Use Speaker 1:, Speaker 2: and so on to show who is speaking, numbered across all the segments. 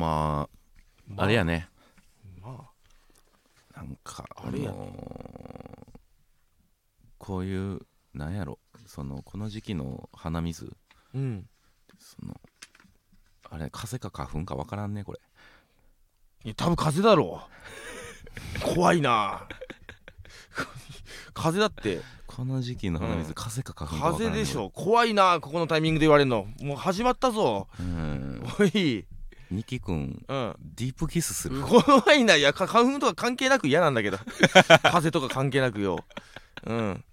Speaker 1: まああれやね
Speaker 2: ま
Speaker 1: なんか
Speaker 2: あれやね
Speaker 1: のーこういうなんやろそのこの時期の鼻水
Speaker 2: あうん
Speaker 1: そのあれ風か花粉か分からんねこれ
Speaker 2: いや多分風邪だろう 怖いな風邪だって
Speaker 1: この時期の鼻水、
Speaker 2: うん
Speaker 1: 風か花粉か分か
Speaker 2: 風
Speaker 1: らん、
Speaker 2: 邪
Speaker 1: ね、
Speaker 2: でしょ怖いなここのタイミングで言われるのもう始まったぞ
Speaker 1: うん
Speaker 2: おい
Speaker 1: ニキ君
Speaker 2: うん
Speaker 1: ディープキスする
Speaker 2: 怖いないやか花粉とか関係なく嫌なんだけど 風邪とか関係なくようん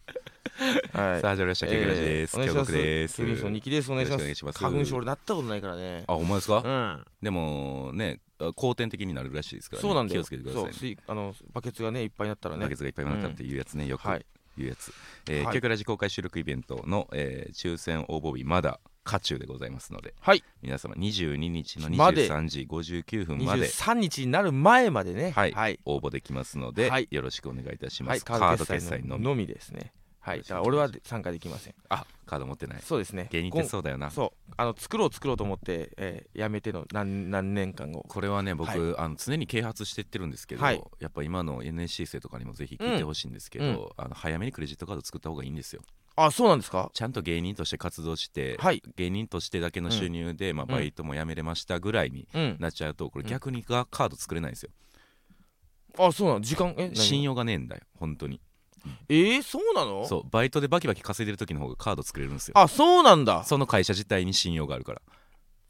Speaker 2: はい
Speaker 1: さあ始まりましたキョウキラジです、
Speaker 2: えーお願いします
Speaker 1: キョウクです
Speaker 2: ケビンソンニキですお願いしま
Speaker 1: よろしくお
Speaker 2: す
Speaker 1: 願いします
Speaker 2: 花粉症俺なったことないからね
Speaker 1: あお前ですか、
Speaker 2: うん
Speaker 1: でもねあ後天的になるらしいですから、ね、
Speaker 2: そうなんだ
Speaker 1: 気
Speaker 2: よ
Speaker 1: をつけてください
Speaker 2: そう
Speaker 1: ね
Speaker 2: 水あのバケツがねいっぱいになったらね
Speaker 1: バケツがいっぱいもらったっていうやつね、よく
Speaker 2: はい
Speaker 1: 言うやつ、えー
Speaker 2: はい
Speaker 1: キョウキラジ公開収録イベントの、えー抽選応募日まだ渦中でございますので、
Speaker 2: はい
Speaker 1: 皆様22日の
Speaker 2: まで
Speaker 1: 23時59分まで
Speaker 2: 23日になる前までね
Speaker 1: はい
Speaker 2: はい
Speaker 1: 応募できますので、
Speaker 2: はい
Speaker 1: よろしくお願いいたしま
Speaker 2: はい
Speaker 1: す、カード決済のみ
Speaker 2: のみですねはいだから俺は参加できません
Speaker 1: あカード持ってない
Speaker 2: そうですね
Speaker 1: 芸人ってそうだよな
Speaker 2: そうあの作ろう作ろうと思って、えーやめての何何年間後
Speaker 1: これはね僕、
Speaker 2: はい
Speaker 1: あの常に啓発してってるんですけど、
Speaker 2: はい
Speaker 1: やっぱ今の NSC 生とかにもぜひ聞いてほしいんですけど、あの早めにクレジットカード作った方がいいんですよ
Speaker 2: あそうなんですか
Speaker 1: ちゃんと芸人として活動して、
Speaker 2: はい
Speaker 1: 芸人としてだけの収入で、まあ、
Speaker 2: うん
Speaker 1: バイトも辞めれましたぐらいに
Speaker 2: うん
Speaker 1: なっちゃうとこれ逆にがカード作れないんですよ、
Speaker 2: あそうなの時間え何
Speaker 1: 信用がねえんだよ本当に
Speaker 2: えー、そうなの
Speaker 1: そうバイトでバキバキ稼いでる時の方がカード作れるんですよ
Speaker 2: あそうなんだ
Speaker 1: その会社自体に信用があるから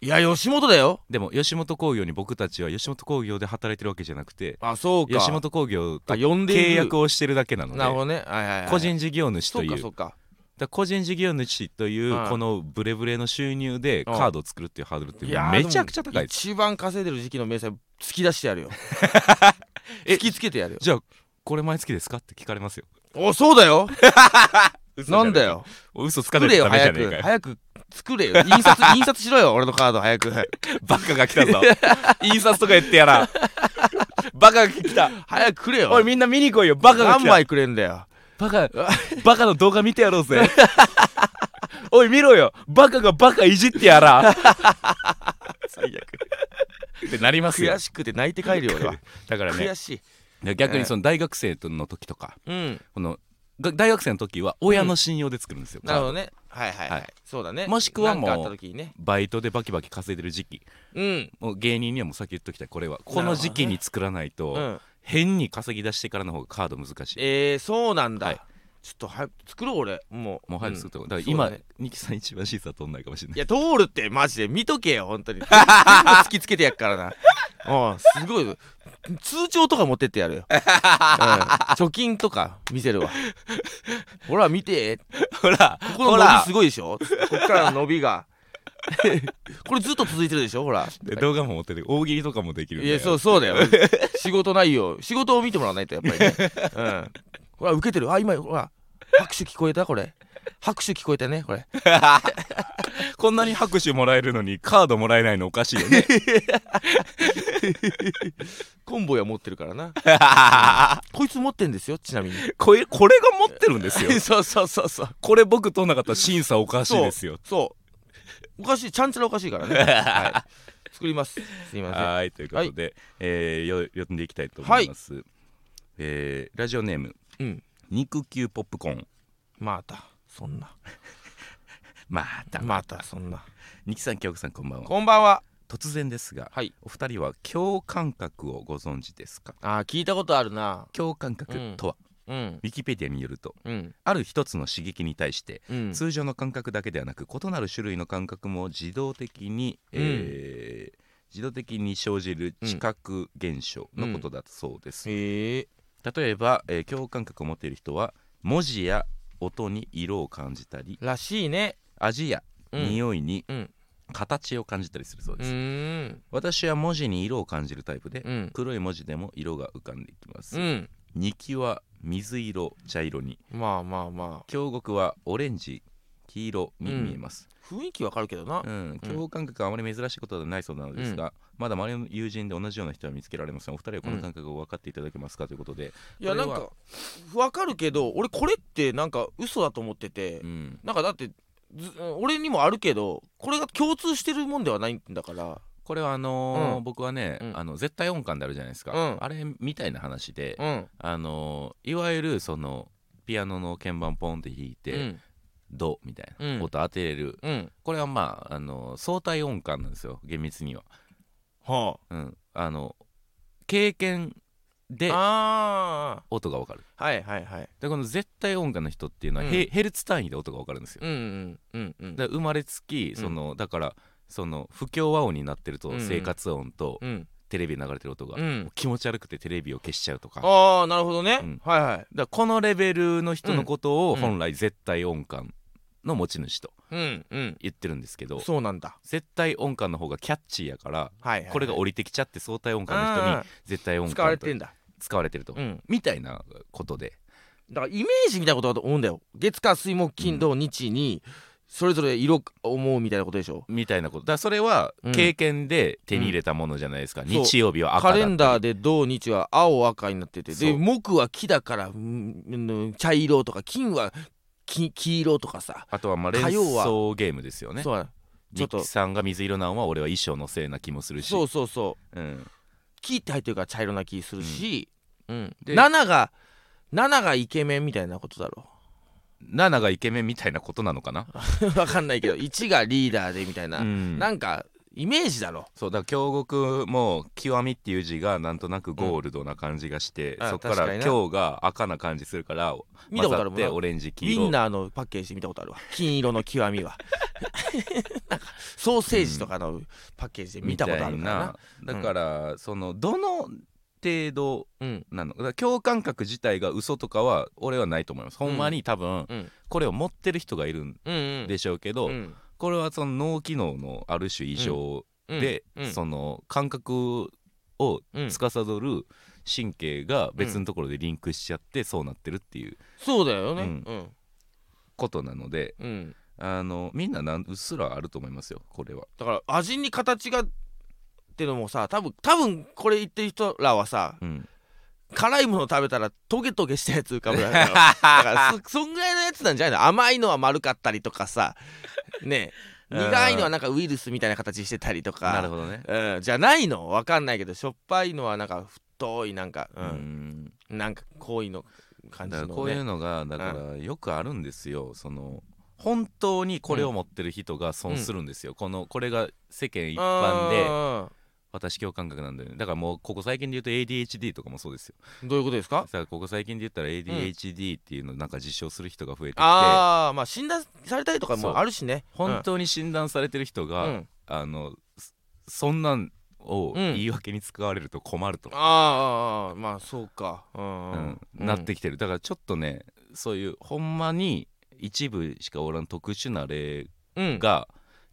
Speaker 2: いや吉本だよ
Speaker 1: でも吉本興業に僕たちは吉本興業で働いてるわけじゃなくて
Speaker 2: あそうか
Speaker 1: 吉本興業と
Speaker 2: あ呼んでい
Speaker 1: 契
Speaker 2: る
Speaker 1: 約をしてるだけなの
Speaker 2: なるほ
Speaker 1: で
Speaker 2: どねはいはい、はい、
Speaker 1: 個人事業主と
Speaker 2: そう
Speaker 1: い
Speaker 2: か
Speaker 1: う
Speaker 2: そうか
Speaker 1: だから個人事業主という
Speaker 2: はい
Speaker 1: このブレブレの収入でカードを作るっていうハードルって
Speaker 2: いやー
Speaker 1: めちゃくちゃ高い
Speaker 2: でも
Speaker 1: です
Speaker 2: 一番稼いでる時期の明細突き出してやる よ
Speaker 1: え
Speaker 2: 突きつけてやるよ
Speaker 1: じゃあこれ毎月ですかって聞かれますよ
Speaker 2: おそう だよなんだよ
Speaker 1: 嘘つか
Speaker 2: 作
Speaker 1: れ
Speaker 2: れ
Speaker 1: る
Speaker 2: よ
Speaker 1: ためじゃ
Speaker 2: 早
Speaker 1: ねえ
Speaker 2: く
Speaker 1: かよ
Speaker 2: 早く作れよ 印刷印刷しろよ俺のカード早く
Speaker 1: バカが来たぞ印刷とか言ってやら バカが来た
Speaker 2: 早くくれよ
Speaker 1: おいみんな見に来いよバカが
Speaker 2: 何
Speaker 1: 来た
Speaker 2: 枚くれんだよ
Speaker 1: バカ バカの動画見てやろうぜ おい見ろよバカがバカいじってやら 最悪ってなりますよ
Speaker 2: 悔しくて泣いて帰るよ俺は
Speaker 1: だからね
Speaker 2: 悔しい
Speaker 1: で逆にその大学生の時とか
Speaker 2: うん
Speaker 1: このが大学生の時は親の信用で作るんですよ、
Speaker 2: なるほどねはいはいは
Speaker 1: はい
Speaker 2: いそうだね
Speaker 1: もしくはもう
Speaker 2: なんかあった時にね
Speaker 1: バイトでバキバキ稼いでる時期
Speaker 2: うん
Speaker 1: もう芸人にはもう先言っときたいこれはこの時期に作らないと、
Speaker 2: うん
Speaker 1: 変に稼ぎ出してからの方がカード難しい
Speaker 2: えーそうなん
Speaker 1: は
Speaker 2: だ
Speaker 1: い
Speaker 2: ちょっと早く作ろう俺もう
Speaker 1: もう早く作ったた方が、だから
Speaker 2: そ
Speaker 1: 今、
Speaker 2: うだね
Speaker 1: ニキさん一番審査通んないかもしれない
Speaker 2: いや通るってマジで見とけよ本当に全部突きつけてやっからな うんすごい通帳とか持ってってやるよ、うん貯金とか見せるわほら見て
Speaker 1: ほら
Speaker 2: ここの伸びすごいでしょこっからの伸びが これずっと続いてるでしょほら
Speaker 1: で動画も持ってて大喜利とかもできるん
Speaker 2: い
Speaker 1: だよ
Speaker 2: やそうそうだよ仕事ないよ仕事を見てもらわないとやっぱりねうんほら受けてるあ今ほら拍手聞こえたこれ拍手聞こえたねこれ
Speaker 1: こんなに拍手もらえるのにカードもらえないのおかしいよね
Speaker 2: コンボイは持ってるから なこいつ持ってんですよちなみに
Speaker 1: これこれが持ってるん ですよ
Speaker 2: そうそうそうそう
Speaker 1: これ僕通んなかったら審査おかしいですよ
Speaker 2: そうおかしいちゃんちゃらおかしい からね、はい、作りますすいませ ん
Speaker 1: はいということで、えーよ呼んでいきたいと思
Speaker 2: はいい
Speaker 1: ます、えーラジオネーム
Speaker 2: うん
Speaker 1: 肉球ポップコーン
Speaker 2: またそんな
Speaker 1: また
Speaker 2: またそんな
Speaker 1: ニキさん京子さんこんばんは
Speaker 2: こんばんは
Speaker 1: 突然ですが、
Speaker 2: はい
Speaker 1: お二人は共感覚をご存知ですか
Speaker 2: あー聞いたことあるな
Speaker 1: 共感覚とは、
Speaker 2: うん
Speaker 1: ウィキペディアによると
Speaker 2: うん
Speaker 1: ある一つの刺激に対して
Speaker 2: うん
Speaker 1: 通常の感覚だけではなく異なる種類の感覚も自動的に、えー自動的に生じる知覚現象のことだそうです、
Speaker 2: へえ
Speaker 1: 例えば、えー共感覚を持っている人は文字や音に色を感じたり
Speaker 2: らしいね
Speaker 1: 味や
Speaker 2: うん
Speaker 1: 匂いに
Speaker 2: うん
Speaker 1: 形を感じたりするそう
Speaker 2: う
Speaker 1: です、
Speaker 2: ーん
Speaker 1: 私は文字に色を感じるタイプで、
Speaker 2: うん
Speaker 1: 黒い文字でも色が浮かんできます、
Speaker 2: うん
Speaker 1: 日記は水色茶色に
Speaker 2: まあまあま
Speaker 1: 京極はオレンジ黄色に見えます、
Speaker 2: あ雰囲気わかるけどな
Speaker 1: うん、共感覚はあまり珍しいことではないそうなのですが、まだ周りの友人で同じような人は見つけられませんお二人はこの感覚を分かっていただけますかということで、
Speaker 2: いや
Speaker 1: これ
Speaker 2: なん
Speaker 1: は
Speaker 2: かわかるけど俺これってなんか嘘だと思ってて
Speaker 1: うん
Speaker 2: なんかだってず俺にもあるけどこれが共通してるもんではないんだから
Speaker 1: これはあのー
Speaker 2: うん
Speaker 1: 僕はね、
Speaker 2: うん
Speaker 1: あの絶対音感であるじゃないですか、
Speaker 2: うん
Speaker 1: あれみたいな話で、
Speaker 2: うん
Speaker 1: あのーいわゆるそのピアノの鍵盤ポンって弾いて、
Speaker 2: うん
Speaker 1: ドみたいな、
Speaker 2: うん
Speaker 1: 音当てれる
Speaker 2: うん
Speaker 1: これはまあ、あのー相対音感なんですよ厳密には、
Speaker 2: は
Speaker 1: うん、あの経験
Speaker 2: あ
Speaker 1: で
Speaker 2: あ
Speaker 1: 音が分かる
Speaker 2: あはいはいはい
Speaker 1: でこの絶対音感の人っていうのは
Speaker 2: うん
Speaker 1: ヘ,、ヘルツ単位で音が分かるんですよ
Speaker 2: うんうんうんうん
Speaker 1: だから生まれつきその、だからその不協和音になってる
Speaker 2: うん
Speaker 1: と
Speaker 2: うん
Speaker 1: 生活音と
Speaker 2: うん
Speaker 1: テレビで流れてる音が、
Speaker 2: うん
Speaker 1: もう気持ち悪くてテレビを消しちゃうとかだか
Speaker 2: ああなるほどね、
Speaker 1: うん
Speaker 2: はいはい
Speaker 1: らこのレベルの人のこと
Speaker 2: う
Speaker 1: を
Speaker 2: ん
Speaker 1: 本来絶対音感の持ち主と
Speaker 2: うんうん
Speaker 1: 言ってるんですけど、
Speaker 2: そうなんだ
Speaker 1: 絶対音感の方がキャッチーやから
Speaker 2: はいはいはい
Speaker 1: これが降りてきちゃって相対音感の人に
Speaker 2: あー
Speaker 1: 絶対音感と
Speaker 2: 使われてんだ
Speaker 1: 使われてると、
Speaker 2: うん
Speaker 1: みたいなことで
Speaker 2: だからイメージみたいなことだと思うんだよ月火水木金土日にそれぞれ色思うみたいなことでしょ
Speaker 1: みたいなことだからそれは
Speaker 2: うん
Speaker 1: 経験で手に入れたものじゃないですか、
Speaker 2: そう
Speaker 1: 日曜日は赤だっ
Speaker 2: カ
Speaker 1: たり
Speaker 2: レンダーで土日は青赤になってて
Speaker 1: そ
Speaker 2: で
Speaker 1: う
Speaker 2: 木は木だからうんうん茶色とか金はき黄色とかさ、
Speaker 1: あとはまあ連
Speaker 2: 火曜は
Speaker 1: 想ゲームですよね
Speaker 2: そうちょ
Speaker 1: ミ
Speaker 2: っと
Speaker 1: ッキさんが水色なんは俺は衣装のせいな気もするし
Speaker 2: そうそうそう
Speaker 1: うん
Speaker 2: 木って入ってるから茶色な気するし、うん
Speaker 1: で
Speaker 2: 7が7がイケメンみたいなことだろ
Speaker 1: 7がイケメンみたいなことなのかな、
Speaker 2: わかんないけど1がリーダーでみたいな、
Speaker 1: うん
Speaker 2: なんかイメージだろ
Speaker 1: そうだから京極も「極み」っていう字がなんとなくゴールドな感じがして、
Speaker 2: うんあ
Speaker 1: そっか
Speaker 2: 確からにな
Speaker 1: 今日が赤な感じするから
Speaker 2: 見たことあるも
Speaker 1: 混
Speaker 2: ん
Speaker 1: ざ
Speaker 2: な
Speaker 1: ってオレンジ
Speaker 2: ウ
Speaker 1: 黄色
Speaker 2: ィンナーのパッケージ見たことあるわ金色の 極みはなんかソーセージとかのパッケージで見たことあるからな
Speaker 1: みたい
Speaker 2: うん
Speaker 1: なだから、そのどの程度
Speaker 2: うん
Speaker 1: なのだから共感覚自体が嘘とかは俺はないと思います、ほんまに多分
Speaker 2: うん
Speaker 1: これを持ってる人がいるん
Speaker 2: うんうん
Speaker 1: でしょうけど、
Speaker 2: うん
Speaker 1: これはその脳機能のある種異常で、
Speaker 2: うんうん
Speaker 1: その感覚を
Speaker 2: うん
Speaker 1: 司る神経が別のところでリンクしちゃってそうなってるっていう
Speaker 2: そうだよね
Speaker 1: う
Speaker 2: うんん
Speaker 1: ことなので
Speaker 2: うん
Speaker 1: あのみんななんうっすらあると思いますよこれは。
Speaker 2: だから味に形がってのもさ多分多分これ言ってる人らはさ
Speaker 1: うん、
Speaker 2: 辛いもの食べたらトゲトゲしたやつ浮かぶだろ だからそそんぐらいのやつなんじゃないの甘いのは丸かったりとかさねえ
Speaker 1: うん
Speaker 2: 苦いのはなんかウイルスみたいな形してたりとか
Speaker 1: なるほどね。
Speaker 2: うん、じゃないのわかんないけどしょっぱいのはなんか太いなんか、
Speaker 1: う
Speaker 2: うん
Speaker 1: ん
Speaker 2: なんか濃いの感じ
Speaker 1: だ
Speaker 2: の、
Speaker 1: から
Speaker 2: ね、
Speaker 1: こういうのがだからよくあるんですよその本当にこれを持ってる人が損するんですよ、このこれが世間一般で私共感覚なんだよねだからもうここ最近で言うと ADHD とかもそうですよ
Speaker 2: でどういうことですか
Speaker 1: さあここ最近で言ったら ADHD っていうのをなんか実証する人が増えてきて、
Speaker 2: ああまあ診断されたりとかもあるしね
Speaker 1: 本当に診断されてる人が、
Speaker 2: うん
Speaker 1: あのそそんなんを
Speaker 2: うん
Speaker 1: 言い訳に使われると困ると、
Speaker 2: ああああまあそうかうん、
Speaker 1: うんなってきてるだからちょっとねそういうほんまに一部しかおらん特殊な例
Speaker 2: うん
Speaker 1: が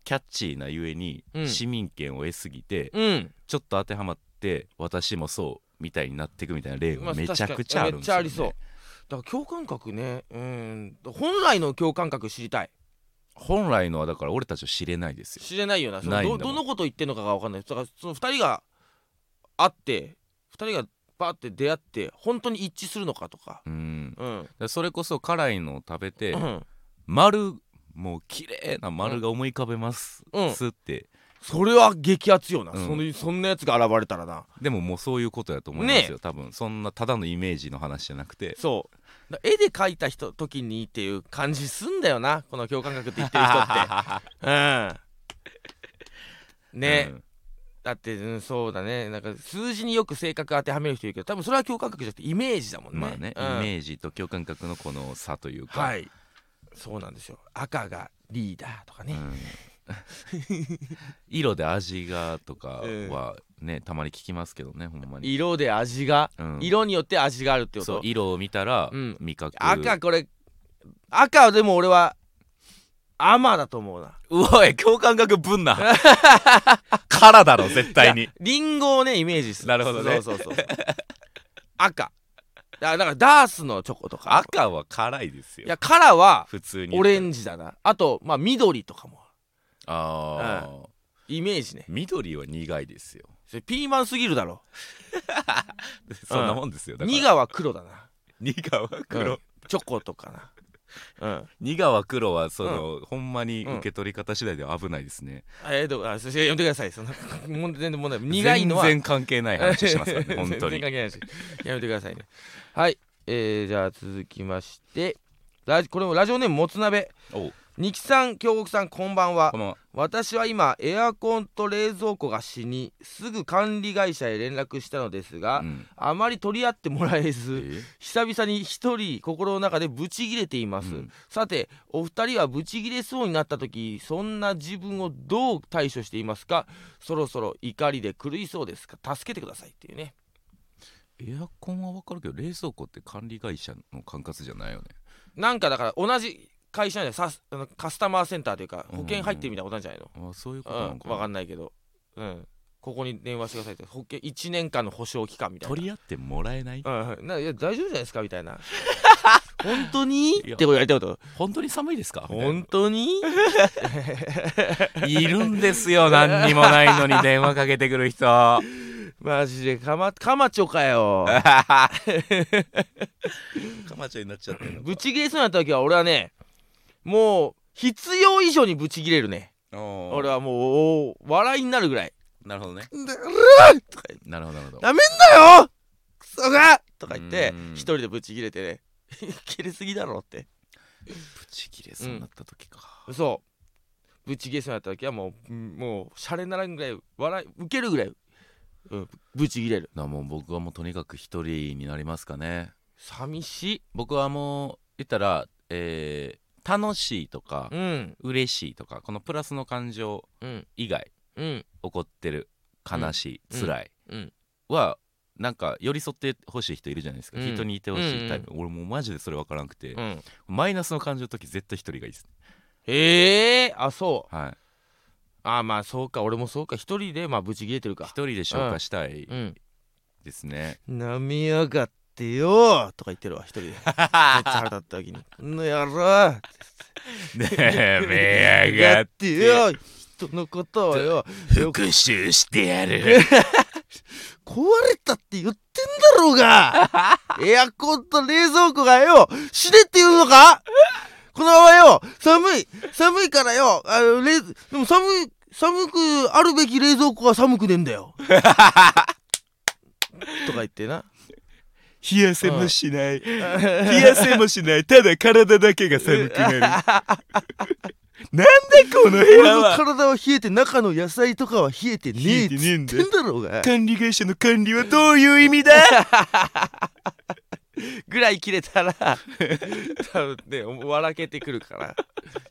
Speaker 1: キャッチーなゆえに
Speaker 2: うん
Speaker 1: 市民権を得すぎて
Speaker 2: うん、
Speaker 1: ちょっと当てはまって私もそうみたいになっていくみたいな例
Speaker 2: ま
Speaker 1: が
Speaker 2: あ
Speaker 1: めちゃくちゃあるんですよ、ね
Speaker 2: めっちゃありそうだから共感覚ねうん本来の共感覚知りたい
Speaker 1: 本来のはだから俺たちは知れないですよ
Speaker 2: 知れないよなその
Speaker 1: ないんだも
Speaker 2: ど
Speaker 1: ん
Speaker 2: どのこと言ってんのかが分かんないだからその2人が会って2人がバーって出会って本当に一致するのかとか
Speaker 1: うんだか
Speaker 2: うん、
Speaker 1: らそれこそ辛いのを食べて
Speaker 2: うん
Speaker 1: 丸もう綺麗な丸が思い浮かべます、
Speaker 2: うん
Speaker 1: すって
Speaker 2: それは激アツよな、
Speaker 1: うん
Speaker 2: そのそんなやつが現れたらな
Speaker 1: でももうそういうことやと思いますよ、
Speaker 2: ね
Speaker 1: 多分そんなただのイメージの話じゃなく て
Speaker 2: そうだ絵で描いた人時にっていう感じすんだ よなこの共感覚って言ってる人ってうんね、
Speaker 1: うん
Speaker 2: だって、うん、そうだねなんか数字によく性格当てはめる人いるけど多分それは共感覚じゃなくてイメージだもんね
Speaker 1: まあね、
Speaker 2: うん
Speaker 1: イメージと共感覚のこの差というか、
Speaker 2: はいそうなんですよ赤がリーダーとかね、
Speaker 1: うん 色で味がとかはねたまに聞きますけどねほんまに、
Speaker 2: 色で味が、
Speaker 1: うん
Speaker 2: 色によって味があるってこ
Speaker 1: そう
Speaker 2: と
Speaker 1: 色を見たら
Speaker 2: うん
Speaker 1: 味覚、
Speaker 2: 赤これ赤はでも俺はアマだと思うな
Speaker 1: うわい共感覚ぶん なからだろ絶対
Speaker 2: い
Speaker 1: に
Speaker 2: やリンゴをねイメージする
Speaker 1: なるほどね
Speaker 2: そうそうそう そう赤だだからダースのチョコとか
Speaker 1: 赤は辛いです
Speaker 2: い
Speaker 1: よ
Speaker 2: やカラーは
Speaker 1: 普通に
Speaker 2: オレンジだなあとまあ緑とかも
Speaker 1: あー、
Speaker 2: イメージね
Speaker 1: 緑は苦いですよ
Speaker 2: それピーマンすぎるだろ
Speaker 1: そんなもんですよだから
Speaker 2: 苦は黒だな
Speaker 1: 苦は黒、
Speaker 2: うんチョコとかなうん
Speaker 1: 苦川黒はその、ほんまに受け取り方次第では危ないですね、
Speaker 2: えー、どうあそして読んでくださいそのもう全然問題ない苦いのは
Speaker 1: 全然関係ない話しますから ね本
Speaker 2: 全然
Speaker 1: 当
Speaker 2: 関
Speaker 1: に
Speaker 2: 係ないしやめてくださいねはいえー、じゃあ続きましてラジこれもラジオネームもつ鍋
Speaker 1: おう
Speaker 2: 二木さん京極さんこんばんは
Speaker 1: この
Speaker 2: 私は今エアコンと冷蔵庫が死にすぐ管理会社へ連絡したのですが、
Speaker 1: うん
Speaker 2: あまり取り合ってもらえ
Speaker 1: え
Speaker 2: ず
Speaker 1: ー
Speaker 2: 久々に一人心の中でブチギレています、
Speaker 1: うん
Speaker 2: さてお二人はブチギレそうになった時そんな自分をどう対処していますかそろそろ怒りで狂いそうですか助けてくださいっていうね
Speaker 1: エアコンは分かるけど冷蔵庫って管理会社の管轄じゃないよね
Speaker 2: なんかだから同じ会社じゃないさあのカスタマーセンターというか
Speaker 1: うん
Speaker 2: 保険入ってるみたいなことなんじゃないの、
Speaker 1: あそういうこ
Speaker 2: う
Speaker 1: と
Speaker 2: ん
Speaker 1: なのか
Speaker 2: 分か
Speaker 1: なん
Speaker 2: ないけどうんここに電話してくださいって保険1年間の保証期間みたいな
Speaker 1: 取り合ってもらえない
Speaker 2: うん、ないや大丈夫じゃないですかみたいな 本当にっ
Speaker 1: い
Speaker 2: て
Speaker 1: や
Speaker 2: ことやりたいこと
Speaker 1: 本当に寒いですかみたいな
Speaker 2: 本当に
Speaker 1: いるんです よ何にもないのに電話かけてくる人
Speaker 2: マジでかまかまちょか よ
Speaker 1: カマチョになっちゃってる
Speaker 2: ブチギレそうになった時は俺はねもう必要以上にブチギレるね俺
Speaker 1: 俺は
Speaker 2: はもうお笑いになるぐらい
Speaker 1: なるほどね
Speaker 2: 「うるっ!」とか言って
Speaker 1: なるほどなるほ
Speaker 2: 「
Speaker 1: ど
Speaker 2: なめんなよクソが!」とか言って
Speaker 1: うん
Speaker 2: 一人でブチギレてね 「切れすぎだろ」って
Speaker 1: プチ切れそうになった時か、
Speaker 2: そうブチギレそうになった時はもううんもうシャレにならんぐらい笑いウケるぐらい、うん、ブチギレる
Speaker 1: なもう僕はもうとにかく一人になりますかね
Speaker 2: 寂しい
Speaker 1: 僕はもう言ったら、えー楽しいとか
Speaker 2: うん
Speaker 1: 嬉しいとかこのプラスの感情
Speaker 2: うん
Speaker 1: 以外
Speaker 2: うん
Speaker 1: 怒ってる悲しい、
Speaker 2: うん
Speaker 1: 辛い
Speaker 2: うん
Speaker 1: はなんか寄り添ってほしい人いるじゃないですか、
Speaker 2: うん
Speaker 1: 人にいてほしいタイプ、俺もうマジでそれ分からなくて、
Speaker 2: うん
Speaker 1: マイナスの感情の時絶対一人がいいです
Speaker 2: ええあそう
Speaker 1: はい
Speaker 2: あまあそうか俺もそうか一人でまあブチギレてる
Speaker 1: 一
Speaker 2: か
Speaker 1: 人で消化したい
Speaker 2: うん
Speaker 1: ですね、
Speaker 2: なめやがってよとか言ってるわ一 人でめっちゃ腹立った時に「こ の野郎
Speaker 1: ねえめやがっ
Speaker 2: ってよ人のことをよよ
Speaker 1: 復讐してやる
Speaker 2: 壊れたって言ってんだろう がエアコンと冷蔵庫がよ死ねって言うのかこのままよ寒い寒いからよあの冷でも寒い寒くあるべき冷蔵庫が寒くねえんだ よとか言ってな
Speaker 1: 冷やせもしない冷やせもしないただ体だけが寒く なるなんでこの部
Speaker 2: 俺
Speaker 1: 屋
Speaker 2: の
Speaker 1: は
Speaker 2: 体は冷えて中の野菜とかは冷えてねえっつ
Speaker 1: 冷えてねえん
Speaker 2: っ
Speaker 1: だ
Speaker 2: てんだろう が
Speaker 1: 管理会社の管理はどういう意味だ
Speaker 2: ぐらい切れたら多分ね笑けてくるから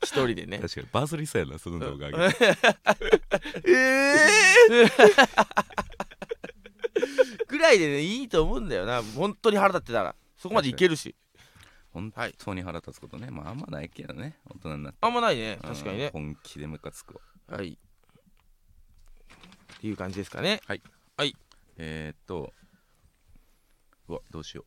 Speaker 2: 一人で ね
Speaker 1: 確かにバズりそうやなその動画上げて
Speaker 2: ええぐらいでねいいと思うんだよな本当に腹立ってたらそこまでいけるし
Speaker 1: 本当に腹立つことねまああんまないけどね大人になって
Speaker 2: あんまないね確かにね
Speaker 1: うん本気でムカつくわ
Speaker 2: はいっていう感じですかね
Speaker 1: えー、っとうわどうしよ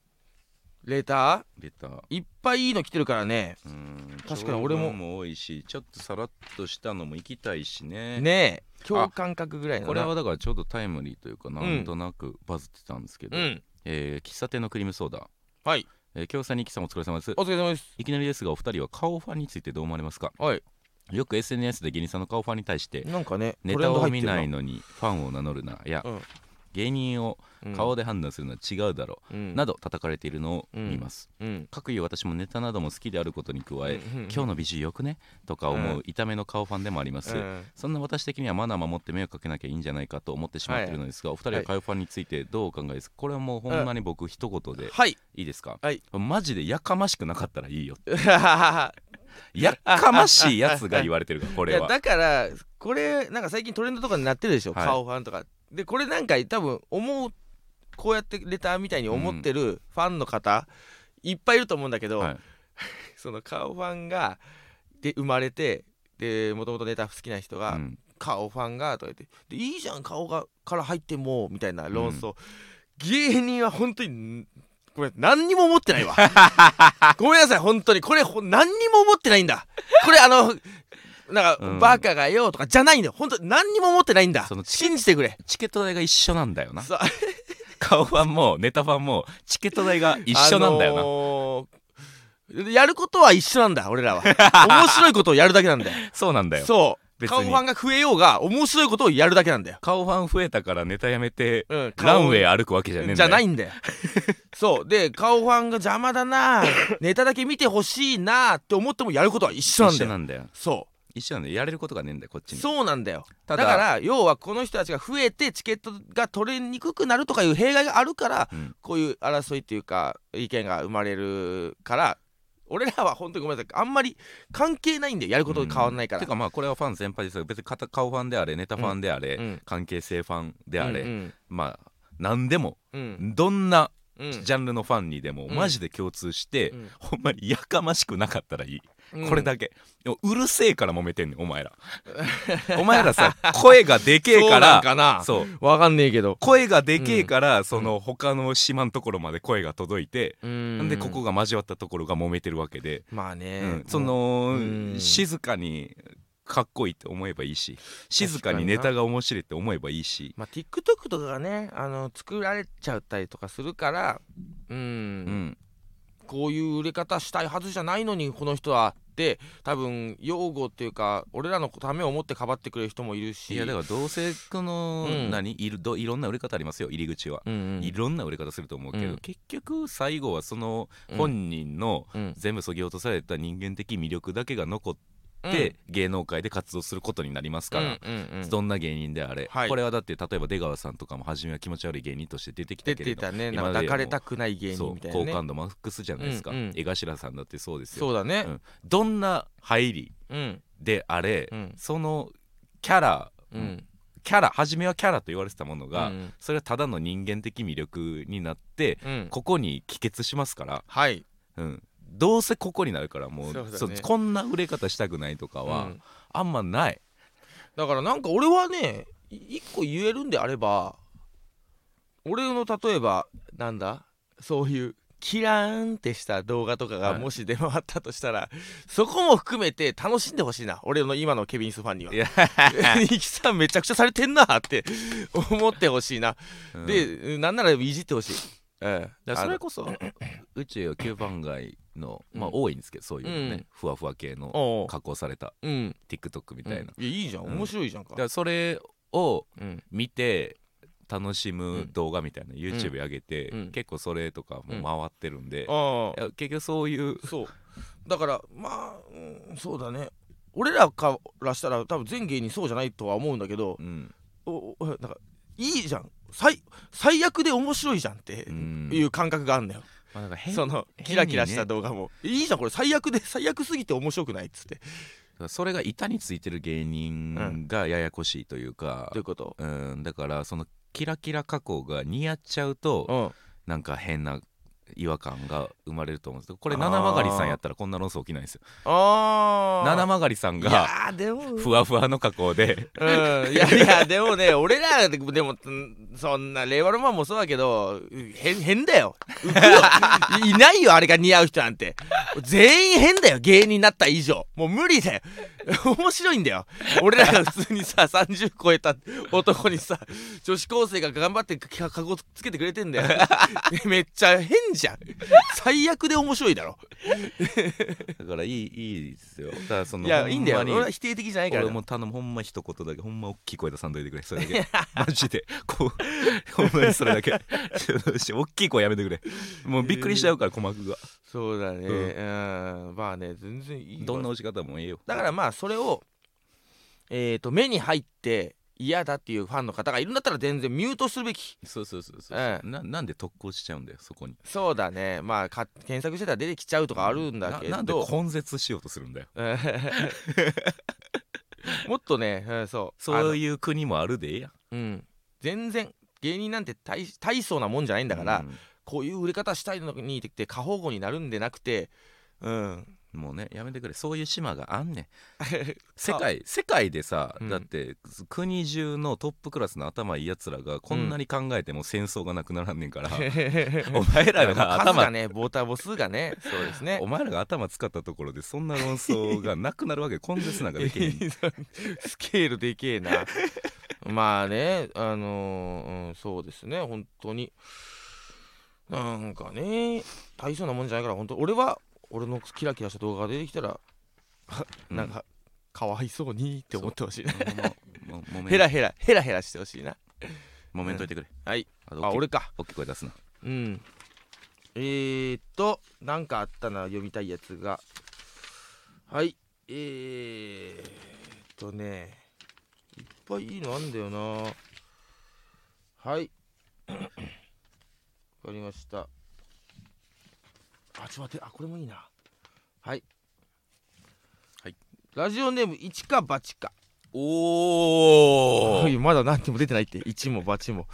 Speaker 2: レタ
Speaker 1: うレター
Speaker 2: ーいっぱいいいの来てるからね
Speaker 1: うーん
Speaker 2: 確かに俺も
Speaker 1: 長文多いしちょっとさらっとしたのも行きたいしね
Speaker 2: ねえ共感覚ぐらいのな
Speaker 1: これはだからちょうどタイムリーというかなんんとなくバズってたんですけど、
Speaker 2: うん
Speaker 1: えー喫茶店のクリームソーダ、
Speaker 2: はい
Speaker 1: えー、京さんにきさんお疲れ様です
Speaker 2: お疲れ様です
Speaker 1: いきなりですがお二人は顔ファンについてどう思われますか
Speaker 2: はい
Speaker 1: よく SNS で芸人さんの顔ファンに対して
Speaker 2: なんかね
Speaker 1: ネ
Speaker 2: トレ
Speaker 1: タ
Speaker 2: ンド
Speaker 1: を
Speaker 2: 入って
Speaker 1: 見
Speaker 2: る
Speaker 1: ないのにファンを名乗るないや、
Speaker 2: うん
Speaker 1: 芸人を
Speaker 2: うん
Speaker 1: 顔で判断するのは違うだろ
Speaker 2: う
Speaker 1: う、
Speaker 2: ん
Speaker 1: など叩かれているのを見ます、
Speaker 2: うん
Speaker 1: 各有私もネタなども好きであることに加え、
Speaker 2: 今
Speaker 1: 今日の美人よくねとか思
Speaker 2: うん
Speaker 1: う痛めの顔ファンでもあります、そんな私的にはマナー守って迷惑かけなきゃいいんじゃないかと思ってしまってるのですが、お二人はカヨファンについてどうお考えですかこれはもうほんまに僕一言で
Speaker 2: はい
Speaker 1: いいですか、
Speaker 2: はい
Speaker 1: マジでやかましくなかったらいいよ やかましいやつが言われてるからこ
Speaker 2: い
Speaker 1: れ
Speaker 2: や
Speaker 1: は
Speaker 2: だからこれなんか最近トレンドとかになってるでしょ、
Speaker 1: はい
Speaker 2: 顔ファンとかでこれなんか多分思うこうやってレターみたいに思ってるファンの方、いっぱいいると思うんだけど、
Speaker 1: はい
Speaker 2: その顔ファンがで生まれてでもともとネタ好きな人が、
Speaker 1: うん
Speaker 2: 顔ファンがとか言ってでいいじゃん顔がから入ってもみたいな論争、芸人は本当にこれ何にも思ってな いわごめんなさい本当にこれほん何にも思ってないんだこれあのなんか、
Speaker 1: うん
Speaker 2: バカがよとかじゃないんだよ本当に何にも思ってないんだ
Speaker 1: その
Speaker 2: 信じてくれ
Speaker 1: チケット代が一緒なんだよな
Speaker 2: さ
Speaker 1: 顔ファンもネタファンもチケット代が一緒なんだよな、
Speaker 2: あのーやることは一緒なんだ 俺らは面白いことをやるだけなんだよ
Speaker 1: そうなんだよ
Speaker 2: そう
Speaker 1: 別に
Speaker 2: 顔ファンが増えようが面白いことをやるだけなんだよ、
Speaker 1: 顔ファン増えたからネタやめて
Speaker 2: うん、
Speaker 1: ランウ
Speaker 2: イ
Speaker 1: ェイ歩くわけじゃねえんだよ
Speaker 2: じゃないんだよ そうで顔ファンが邪魔 だなネタだけ見てほしいなって思ってもやることは一緒なんだ
Speaker 1: 一緒な
Speaker 2: よ
Speaker 1: んだよ
Speaker 2: そ
Speaker 1: 一緒なんだよやれることがねえんだよこっち
Speaker 2: う
Speaker 1: に
Speaker 2: そうなんだよ
Speaker 1: ただ
Speaker 2: だから要はこの人たちが増えてチケットが取れにくくなるとかいう弊害があるから、
Speaker 1: うん
Speaker 2: こういう争いっていうか意見が生まれるから俺らは本当にごめんなさいあんまり関係ないんだよやること変わんないから、
Speaker 1: てかまあこれはファン先輩ですよ別に片顔ファンであれネタファンであれ、
Speaker 2: うん
Speaker 1: 関係性ファンであれ、
Speaker 2: うん
Speaker 1: まあ何でも
Speaker 2: うん
Speaker 1: どんな
Speaker 2: うん
Speaker 1: ジャンルのファンにでも
Speaker 2: うん
Speaker 1: マジで共通して、
Speaker 2: うん
Speaker 1: ほんまにやかましくなかったらいい、
Speaker 2: うん
Speaker 1: これだけでもうるせえから揉めてんねんお前ら お前らさ声がでけえか
Speaker 2: そうな
Speaker 1: ら
Speaker 2: んかな
Speaker 1: そう
Speaker 2: わかんねえけど
Speaker 1: 声がでけえから、その他の島のところまで声が届いて、
Speaker 2: なん
Speaker 1: でここが交わったところが揉めてるわけで、
Speaker 2: まあね、
Speaker 1: うんその、
Speaker 2: うん
Speaker 1: 静かにかっこいいって思えばいいし静かにネタが面白いって思えばいいし
Speaker 2: まあ、TikTok とかがねあの作られちゃったりとかするからうん、
Speaker 1: うん
Speaker 2: こういう売れ方したいはずじゃないのにこの人はって多分擁護っていうか俺らのためを思ってかばってくれる人もいるし
Speaker 1: いやだからどうせこの、
Speaker 2: うん
Speaker 1: 何いるどいろんな売れ方ありますよ入り口は、
Speaker 2: うんうん
Speaker 1: いろんな売れ方すると思うけど、
Speaker 2: うん
Speaker 1: 結局最後はその本人の
Speaker 2: うん
Speaker 1: 全部そぎ落とされた人間的魅力だけが残って芸能界で活動することになりますから、
Speaker 2: うんうんうん
Speaker 1: どんな芸人であれ、
Speaker 2: はい
Speaker 1: これはだって例えば出川さんとかも初めは気持ち悪い芸人として出てきた
Speaker 2: 出
Speaker 1: けれ
Speaker 2: て
Speaker 1: ど
Speaker 2: たねなん
Speaker 1: 今ま
Speaker 2: か
Speaker 1: で
Speaker 2: 抱かれたくない芸
Speaker 1: そ
Speaker 2: 人
Speaker 1: う
Speaker 2: みたいな
Speaker 1: 好
Speaker 2: ね
Speaker 1: 感度マックスじゃないですか、
Speaker 2: うんうん
Speaker 1: 江頭さんだってそうですよ
Speaker 2: そうだね
Speaker 1: うんどんな入り
Speaker 2: うん
Speaker 1: であれ、
Speaker 2: うん
Speaker 1: そのキャラ、
Speaker 2: うん
Speaker 1: キャラ初めはキャラと言われてたものが、
Speaker 2: うん
Speaker 1: それはただの人間的魅力になって
Speaker 2: うん
Speaker 1: ここに帰結しますから、
Speaker 2: はい
Speaker 1: うん、どうせここになるからもう
Speaker 2: そうだね
Speaker 1: そうこんな売れ方したくないとかは、
Speaker 2: うん
Speaker 1: あんまない
Speaker 2: だからなんか俺はねい一個言えるんであれば俺の例えばなんだそういうキラーンってした動画とかが
Speaker 1: はい
Speaker 2: もし出回ったとしたら、そこも含めて楽しんでほしいな俺の今のケビンスファンには。
Speaker 1: いや
Speaker 2: ニキさんめちゃくちゃされてんなって思ってほしいな、
Speaker 1: うん
Speaker 2: でなんならいじってほしい、ええ
Speaker 1: だからそれこそ 宇宙よ9番街の、まあ、
Speaker 2: うん
Speaker 1: 多いんですけどそういうね、
Speaker 2: うん
Speaker 1: ふわふわ系の
Speaker 2: おう
Speaker 1: 加工された
Speaker 2: うん
Speaker 1: TikTok み
Speaker 2: うん
Speaker 1: たいな、だか
Speaker 2: いやいいじゃん
Speaker 1: うん
Speaker 2: 面白いじゃんか、
Speaker 1: らそれを
Speaker 2: うん
Speaker 1: 見て楽しむ動画みたいな、YouTube 上げて、
Speaker 2: うん
Speaker 1: 結構それとかも回ってるんで、
Speaker 2: ああ
Speaker 1: いや結局そういう
Speaker 2: そうだからまあ、うんそうだね俺らからしたら多分全芸人そうじゃないとは思うんだけど
Speaker 1: うん、
Speaker 2: おおなんかいいじゃん最最悪で面白いじゃんって
Speaker 1: うん
Speaker 2: いう感覚があるんだよ、
Speaker 1: まあ、なんか変
Speaker 2: その
Speaker 1: 変にね
Speaker 2: キラキラした動画も、いいじゃんこれ最悪で最悪すぎて面白くないっつって
Speaker 1: それが板についてる芸人がややこしいというか
Speaker 2: どうい、うこと
Speaker 1: うんだからそのキラキラ加工が似合っちゃうと、
Speaker 2: うん
Speaker 1: なんか変な違和感が生まれると思うんですけどこれ七曲りさんやったらこんな論争起きないんですよ
Speaker 2: あー
Speaker 1: 七曲りさん
Speaker 2: いや
Speaker 1: が
Speaker 2: ーでも
Speaker 1: ふわふわの加工で
Speaker 2: うんいやいやでもね俺らでもうんそんな令和ロマンもそうだけど変変だよ浮くよいいないよあれが似合う人なんて全員変だよ芸人になった以上もう無理だよ面白いんだよ俺らが普通にさ30超えた男にさ女子高生が頑張ってかかごつけてくれてんだよめっちゃ変じゃん最悪で面白いだろ
Speaker 1: だからいいいいですよだからその
Speaker 2: いや
Speaker 1: ほま
Speaker 2: い
Speaker 1: に
Speaker 2: いんだよ俺は否定的じゃないから
Speaker 1: 俺も頼むほんま一言だけほんま大きい声出さんといてくれそれだけマジでこうほんまにそれだけちょっと大きい声やめてくれもうびっくりしちゃうから鼓膜が
Speaker 2: そうだね
Speaker 1: う
Speaker 2: うん、まあね全然いいわ
Speaker 1: どんな落ち方もええよ
Speaker 2: だからまあそれを、えー、と目に入って嫌だっていうファンの方がいるんだったら全然ミュートするべき
Speaker 1: そうそうそうそう、
Speaker 2: ええ
Speaker 1: ななんで特攻しちゃうんだよそこに
Speaker 2: そうだねまあか検索してたら出てきちゃうとかあるんだけど
Speaker 1: ななんで根絶しようとするんだよ
Speaker 2: もっとね、うんそう
Speaker 1: そう
Speaker 2: い
Speaker 1: いう国もあるでええやん
Speaker 2: う、うん、全然芸人なんて大大層なもんじゃないんだから、
Speaker 1: うん
Speaker 2: こういう売れ方したいのにって過保護になるんでなくてうん
Speaker 1: もうねやめてくれそういう島があんねん世界世界でさ、
Speaker 2: うん
Speaker 1: だって国中のトップクラスの頭いいやつらがこんなに考えても戦争がなくならんねんから、お前らが
Speaker 2: 数が
Speaker 1: 頭
Speaker 2: ねボーター母数がねそうですね
Speaker 1: お前らが頭使ったところでそんな論争がなくなるわけ根絶なんかできへん
Speaker 2: スケールでけ えなまあねあのーうん、そうですね本当になんかね大層なもんじゃないから本当俺は俺のキラキラした動画が出てきたら
Speaker 1: うん
Speaker 2: なんかかわいそうにって思ってほしいな
Speaker 1: もももめ
Speaker 2: ヘラヘラヘラヘラしてほしいな
Speaker 1: もめんといてくれ
Speaker 2: はい
Speaker 1: あ
Speaker 2: あ俺か
Speaker 1: 大きい声出すな
Speaker 2: うんえー、っとなんかあったな読みたいやつがはいえー、っとねいっぱいいいのあんだよなはい わかりましたあちょっと待ってあこれもいいなはい
Speaker 1: はい
Speaker 2: ラジオネーム一か八か
Speaker 1: お
Speaker 2: おい まだ何にも出てないって一も八も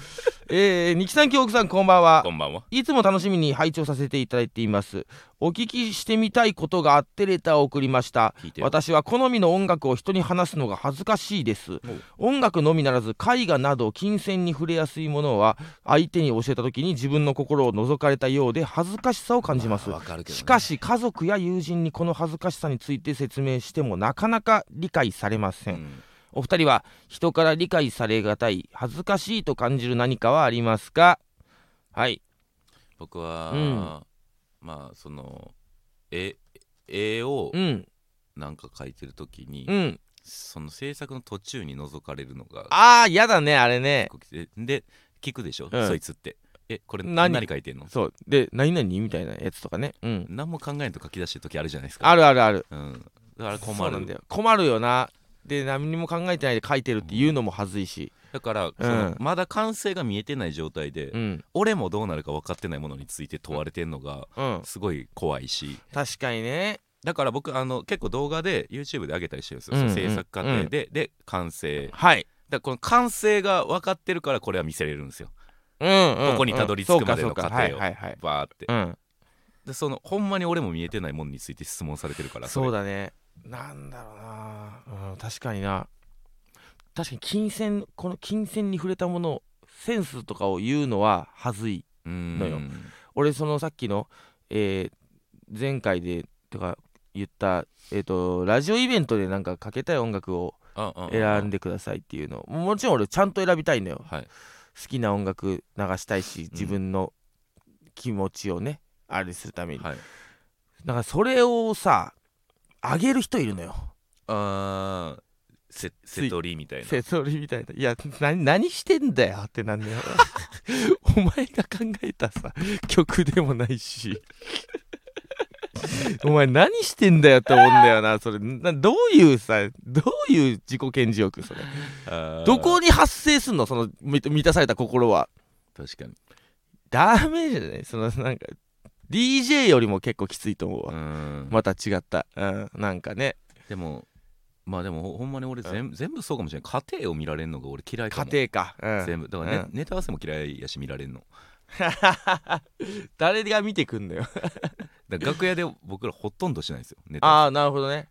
Speaker 2: えー、二木さん京極さんこんばんは
Speaker 1: こんばんはい
Speaker 2: つも楽しみに拝聴させていただいています。お聞きしてみたいことがあってレターを送りました。
Speaker 1: 聞いてよ
Speaker 2: 私は好みの音楽を人に話すのが恥ずかしいです音楽のみならず絵画など金銭に触れやすいものは相手に教えた時に自分の心を覗かれたようで恥ずかしさを感じます
Speaker 1: まあわかるけどね
Speaker 2: しかし家族や友人にこの恥ずかしさについて説明してもなかなか理解されません
Speaker 1: うん
Speaker 2: お二人は人から理解されがたい恥ずかしいと感じる何かはありますかはい
Speaker 1: 僕は、まあその絵絵を
Speaker 2: うん
Speaker 1: なんか描いてる時に、
Speaker 2: うん
Speaker 1: その制作の途中に覗かれるのが
Speaker 2: ああやだねあれね
Speaker 1: 結構きてで聞くでしょ、
Speaker 2: うん
Speaker 1: そいつってえこれ
Speaker 2: 何
Speaker 1: 何書いてんの
Speaker 2: そうで何々みたいなやつとかねうん
Speaker 1: 何も考えんと書き出してる時あるじゃないですか
Speaker 2: あるあるある
Speaker 1: うん、だから困
Speaker 2: そう
Speaker 1: る
Speaker 2: なん
Speaker 1: ん
Speaker 2: だ
Speaker 1: だ
Speaker 2: よ困るよなで何にも考えてないで書いてるっていうのも恥ずいし
Speaker 1: からその、
Speaker 2: うん
Speaker 1: まだ完成が見えてない状態で、
Speaker 2: うん
Speaker 1: 俺もどうなるか分かってないものについて問われてんのが
Speaker 2: うん
Speaker 1: すごい怖いし
Speaker 2: 確かにね
Speaker 1: だから僕あの結構動画で YouTube で上げたりしてるんですよ、
Speaker 2: うんうん
Speaker 1: その制作過程で、で完成だか
Speaker 2: はい
Speaker 1: らこの完成が分かってるからこれは見せれるんですよ
Speaker 2: うんうん
Speaker 1: ここにたどり着くまでの過程を
Speaker 2: そうかそうかはいはいはい
Speaker 1: バーって
Speaker 2: うん
Speaker 1: でそのほんまに俺も見えてないものについて質問されてるから
Speaker 2: そう
Speaker 1: だ
Speaker 2: だねなんだろうなうん確かにな確かに金銭この金銭に触れたものセンスとかを言うのは恥ずい
Speaker 1: うん
Speaker 2: のよ俺そのさっきの、えー前回でとか言った、えー、とラジオイベントでなんかかけたい音楽を
Speaker 1: あああ
Speaker 2: 選んでくださいっていうのももちろん俺ちゃんと選びたいのよ
Speaker 1: はい
Speaker 2: 好きな音楽流したいし自分の気持ちをね、あれするために、
Speaker 1: はい
Speaker 2: だからそれをさあげる人いるのよ
Speaker 1: あーせ
Speaker 2: つい
Speaker 1: 瀬戸りみたいな
Speaker 2: セソリみたいないや何何してんだよってなんだよ お前が考えたさ曲でもないしお前何してんだよって思うんだよなそれなどういうさどういう自己顕示欲それ
Speaker 1: あー
Speaker 2: どこに発生すんのその満満たされた心は
Speaker 1: 確かに
Speaker 2: ダメじゃないそのなんか DJ よりも結構きついと思うわ、
Speaker 1: うん
Speaker 2: また違った、うん、なんかね
Speaker 1: でもまあでもほほんまに俺全,、全部そうかもしれない家庭を見られるのが俺嫌いか
Speaker 2: 家
Speaker 1: も
Speaker 2: 庭か、うん
Speaker 1: 全部だからね、
Speaker 2: うん
Speaker 1: ネタ合わせも嫌いやし見られんの
Speaker 2: 誰が見てくんのよ
Speaker 1: だから楽屋で僕らほとんどしないんですよネタ合わ
Speaker 2: ああなるほどね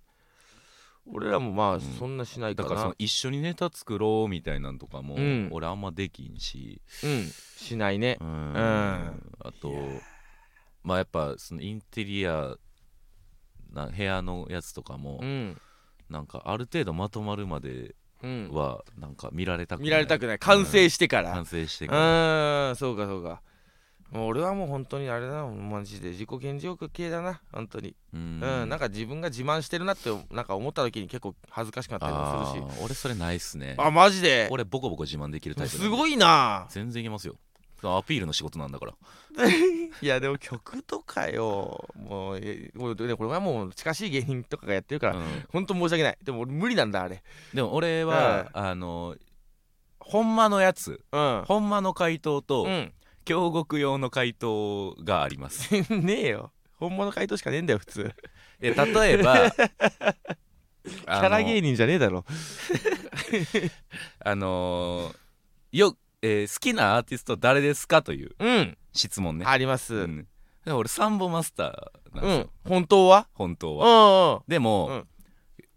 Speaker 2: 俺らもまあ
Speaker 1: ん
Speaker 2: そんなしない
Speaker 1: せだ
Speaker 2: か
Speaker 1: からそ
Speaker 2: な、うん
Speaker 1: の、一緒にネタ作ろうみたいなんとかも、
Speaker 2: うん
Speaker 1: 俺あんまできんし
Speaker 2: しないね
Speaker 1: うーん
Speaker 2: ん
Speaker 1: あとまあやっぱそのインテリアな部屋のやつとかも、
Speaker 2: うん、
Speaker 1: なんかある程度まとまるまで
Speaker 2: うん、
Speaker 1: はなんか見られたくない
Speaker 2: 見られたくない完成してから、
Speaker 1: 完成してから
Speaker 2: うんそうかそうかもう俺はもう本当にあれだなマジで自己顕示欲系だな本当に
Speaker 1: うん
Speaker 2: うん、なんか自分が自慢してるなってなんか思った時に結構恥ずかしくなったりもするし
Speaker 1: あー俺それないっすね
Speaker 2: あマジで
Speaker 1: 俺ボコボコ自慢できるタイプ
Speaker 2: す
Speaker 1: い
Speaker 2: ごいな
Speaker 1: 全然いけますよアピールの仕事なんだから
Speaker 2: いやでも曲とかよもうえもうでこれはもう近しい芸人とかがやってるから、
Speaker 1: うん
Speaker 2: ほんと申し訳ないでも俺無理なんだあれ
Speaker 1: でも俺は、あのほんまのやつ
Speaker 2: うん
Speaker 1: ほんまの回答と、
Speaker 2: うん
Speaker 1: 京極用の回答があります
Speaker 2: ねえよ本物回答しかねえんだよ普通
Speaker 1: え例え ばキ
Speaker 2: キャラ芸人じゃねえだろ
Speaker 1: あのよ、えー好きなアーティスト誰ですかという
Speaker 2: うん
Speaker 1: 質問ね、
Speaker 2: あります
Speaker 1: う
Speaker 2: うん、
Speaker 1: ん、でも俺サンボマスターなんですよ、
Speaker 2: 本当は
Speaker 1: 本当
Speaker 2: う
Speaker 1: は、でも、
Speaker 2: うん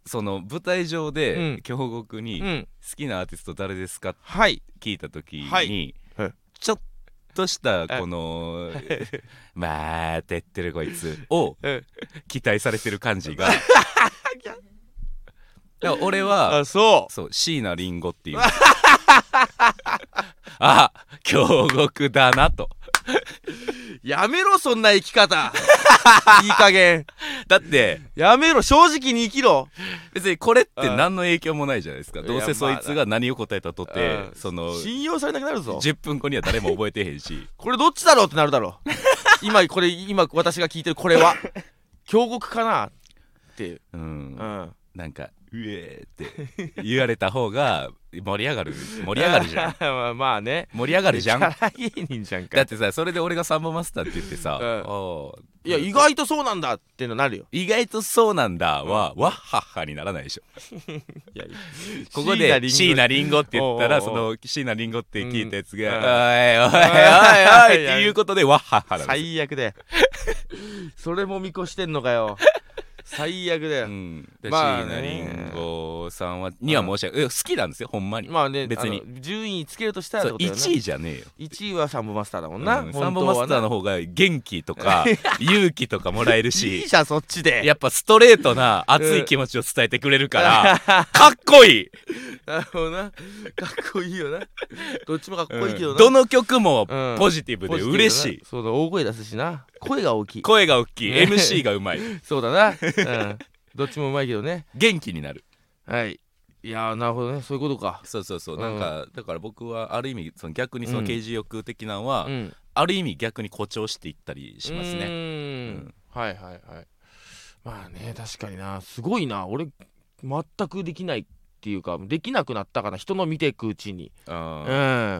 Speaker 1: その舞台上
Speaker 2: うん
Speaker 1: で京極
Speaker 2: ん
Speaker 1: に
Speaker 2: うんうん
Speaker 1: 好きなアーティスト誰ですかって
Speaker 2: はい
Speaker 1: 聞いた時に、
Speaker 2: はいはい
Speaker 1: ちょっとしたこの 「まあてってるこいつ」を
Speaker 2: うん
Speaker 1: 期待されてる感 じがだから俺は
Speaker 2: あそう
Speaker 1: そう椎名林檎っていう あ京極だなと
Speaker 2: やめろそんな生き方いい加減
Speaker 1: だって
Speaker 2: やめろ正直に生きろ
Speaker 1: 別にこれって何の影響もないじゃないですかどうせそいつが何を答えたとっ
Speaker 2: いや
Speaker 1: て
Speaker 2: まあ
Speaker 1: その
Speaker 2: 信用されなくなるぞ
Speaker 1: 10分後には誰も覚えてへんし
Speaker 2: これどっちだろうってなるだろう今これ今私が聞いてるこれは京極かなっていう、
Speaker 1: う
Speaker 2: うんん、
Speaker 1: なんか「うえ」って言われた方が盛り上がる盛り上がるじゃん
Speaker 2: まあまあね
Speaker 1: 盛り上がるじゃん
Speaker 2: チャラ芸人じゃん
Speaker 1: だ
Speaker 2: か
Speaker 1: ってさそれで俺がサンボマスターって言ってさ「
Speaker 2: うん
Speaker 1: おう
Speaker 2: いや意外とそうなんだってのなるよ
Speaker 1: 意外とそうなんだは」わっはっはにならないでしょここで「椎名
Speaker 2: な
Speaker 1: 林檎」って言ったら
Speaker 2: おう
Speaker 1: そ
Speaker 2: おう
Speaker 1: の椎名林檎って聞いたやつ
Speaker 2: うん
Speaker 1: が「おいおいおいおい」っていうことでわっはっはなんですよ
Speaker 2: 最 悪だよそれも見越してんのかよ最悪だ
Speaker 1: う
Speaker 2: よ、
Speaker 1: んで椎
Speaker 2: まあ
Speaker 1: 名林
Speaker 2: ね
Speaker 1: 檎さんはには申し訳ないえ好きなんですよほんまに
Speaker 2: まあね
Speaker 1: 別に
Speaker 2: あの順位つけるとしたらって
Speaker 1: そう
Speaker 2: ことだよね
Speaker 1: 1位じゃねえよ
Speaker 2: 1位はサンボマスターだもんな、
Speaker 1: うん
Speaker 2: 本当
Speaker 1: サ
Speaker 2: は
Speaker 1: ンボマスターの
Speaker 2: 方
Speaker 1: 方が元気と か勇気とかもらえる
Speaker 2: いい
Speaker 1: し
Speaker 2: じゃんそっちで
Speaker 1: やっぱストレートな熱い気持ちを伝えてくれる からかっこいい
Speaker 2: なるほどな。かっこいいよな。どっちもかっこいいけどな。
Speaker 1: どの曲も
Speaker 2: うん
Speaker 1: ポジティブ
Speaker 2: ポ
Speaker 1: で
Speaker 2: ジティブだな
Speaker 1: 嬉しい
Speaker 2: そうだ、大声出すしな。声が大きい。
Speaker 1: 声が大きい
Speaker 2: ね
Speaker 1: MC がうまい
Speaker 2: そ うだな。うん。どっちもうまいけどね。
Speaker 1: 元気になる
Speaker 2: はい。いやー、なるほどね。そういうことか。
Speaker 1: そうそうそう
Speaker 2: うん
Speaker 1: なんかだから僕はある意味その逆にその
Speaker 2: うん
Speaker 1: 刑事欲的なのは
Speaker 2: うん。
Speaker 1: ある意味逆に誇張していったりします
Speaker 2: う
Speaker 1: ね
Speaker 2: ーん
Speaker 1: うん
Speaker 2: はいはいはい。まあね、確かにな。すごいな。俺、全くできないっていうか、できなくなったかな。人の見ていくうちに。う
Speaker 1: あ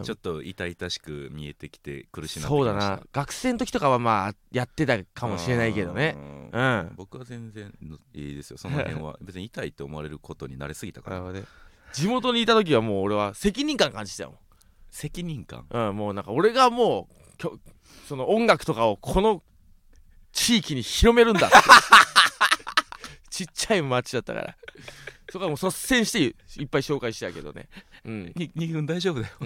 Speaker 1: ー
Speaker 2: ん。
Speaker 1: ちょっと痛々しく見えてきて苦しなって
Speaker 2: そう
Speaker 1: き
Speaker 2: だ
Speaker 1: ました
Speaker 2: な。学生の時とかはまあ、やってたかもしれないけどね。
Speaker 1: うん
Speaker 2: うん。
Speaker 1: 僕は全然のいいですよその辺 は別に痛いと思われることに慣れすぎたか
Speaker 2: なる
Speaker 1: ら
Speaker 2: ほどね地元にいた時はもう俺は責任感感じてたも
Speaker 1: 責任感
Speaker 2: ん、うん、もうなんか俺がもうきょその音楽とかをこの地域に広めるん だってちっちゃい町だったからそこはもう率先していっぱい紹介してたけどねうん、
Speaker 1: に2分大丈夫 だよ
Speaker 2: う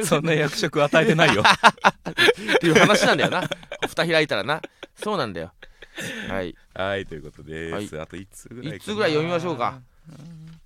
Speaker 2: ん、
Speaker 1: そんな役職与えて ないよ
Speaker 2: っていう話なんだよな蓋開いたらなそうなんだよはい
Speaker 1: はいということです、あと1通ぐらいかな
Speaker 2: 一通ぐらい読みましょうか
Speaker 1: うん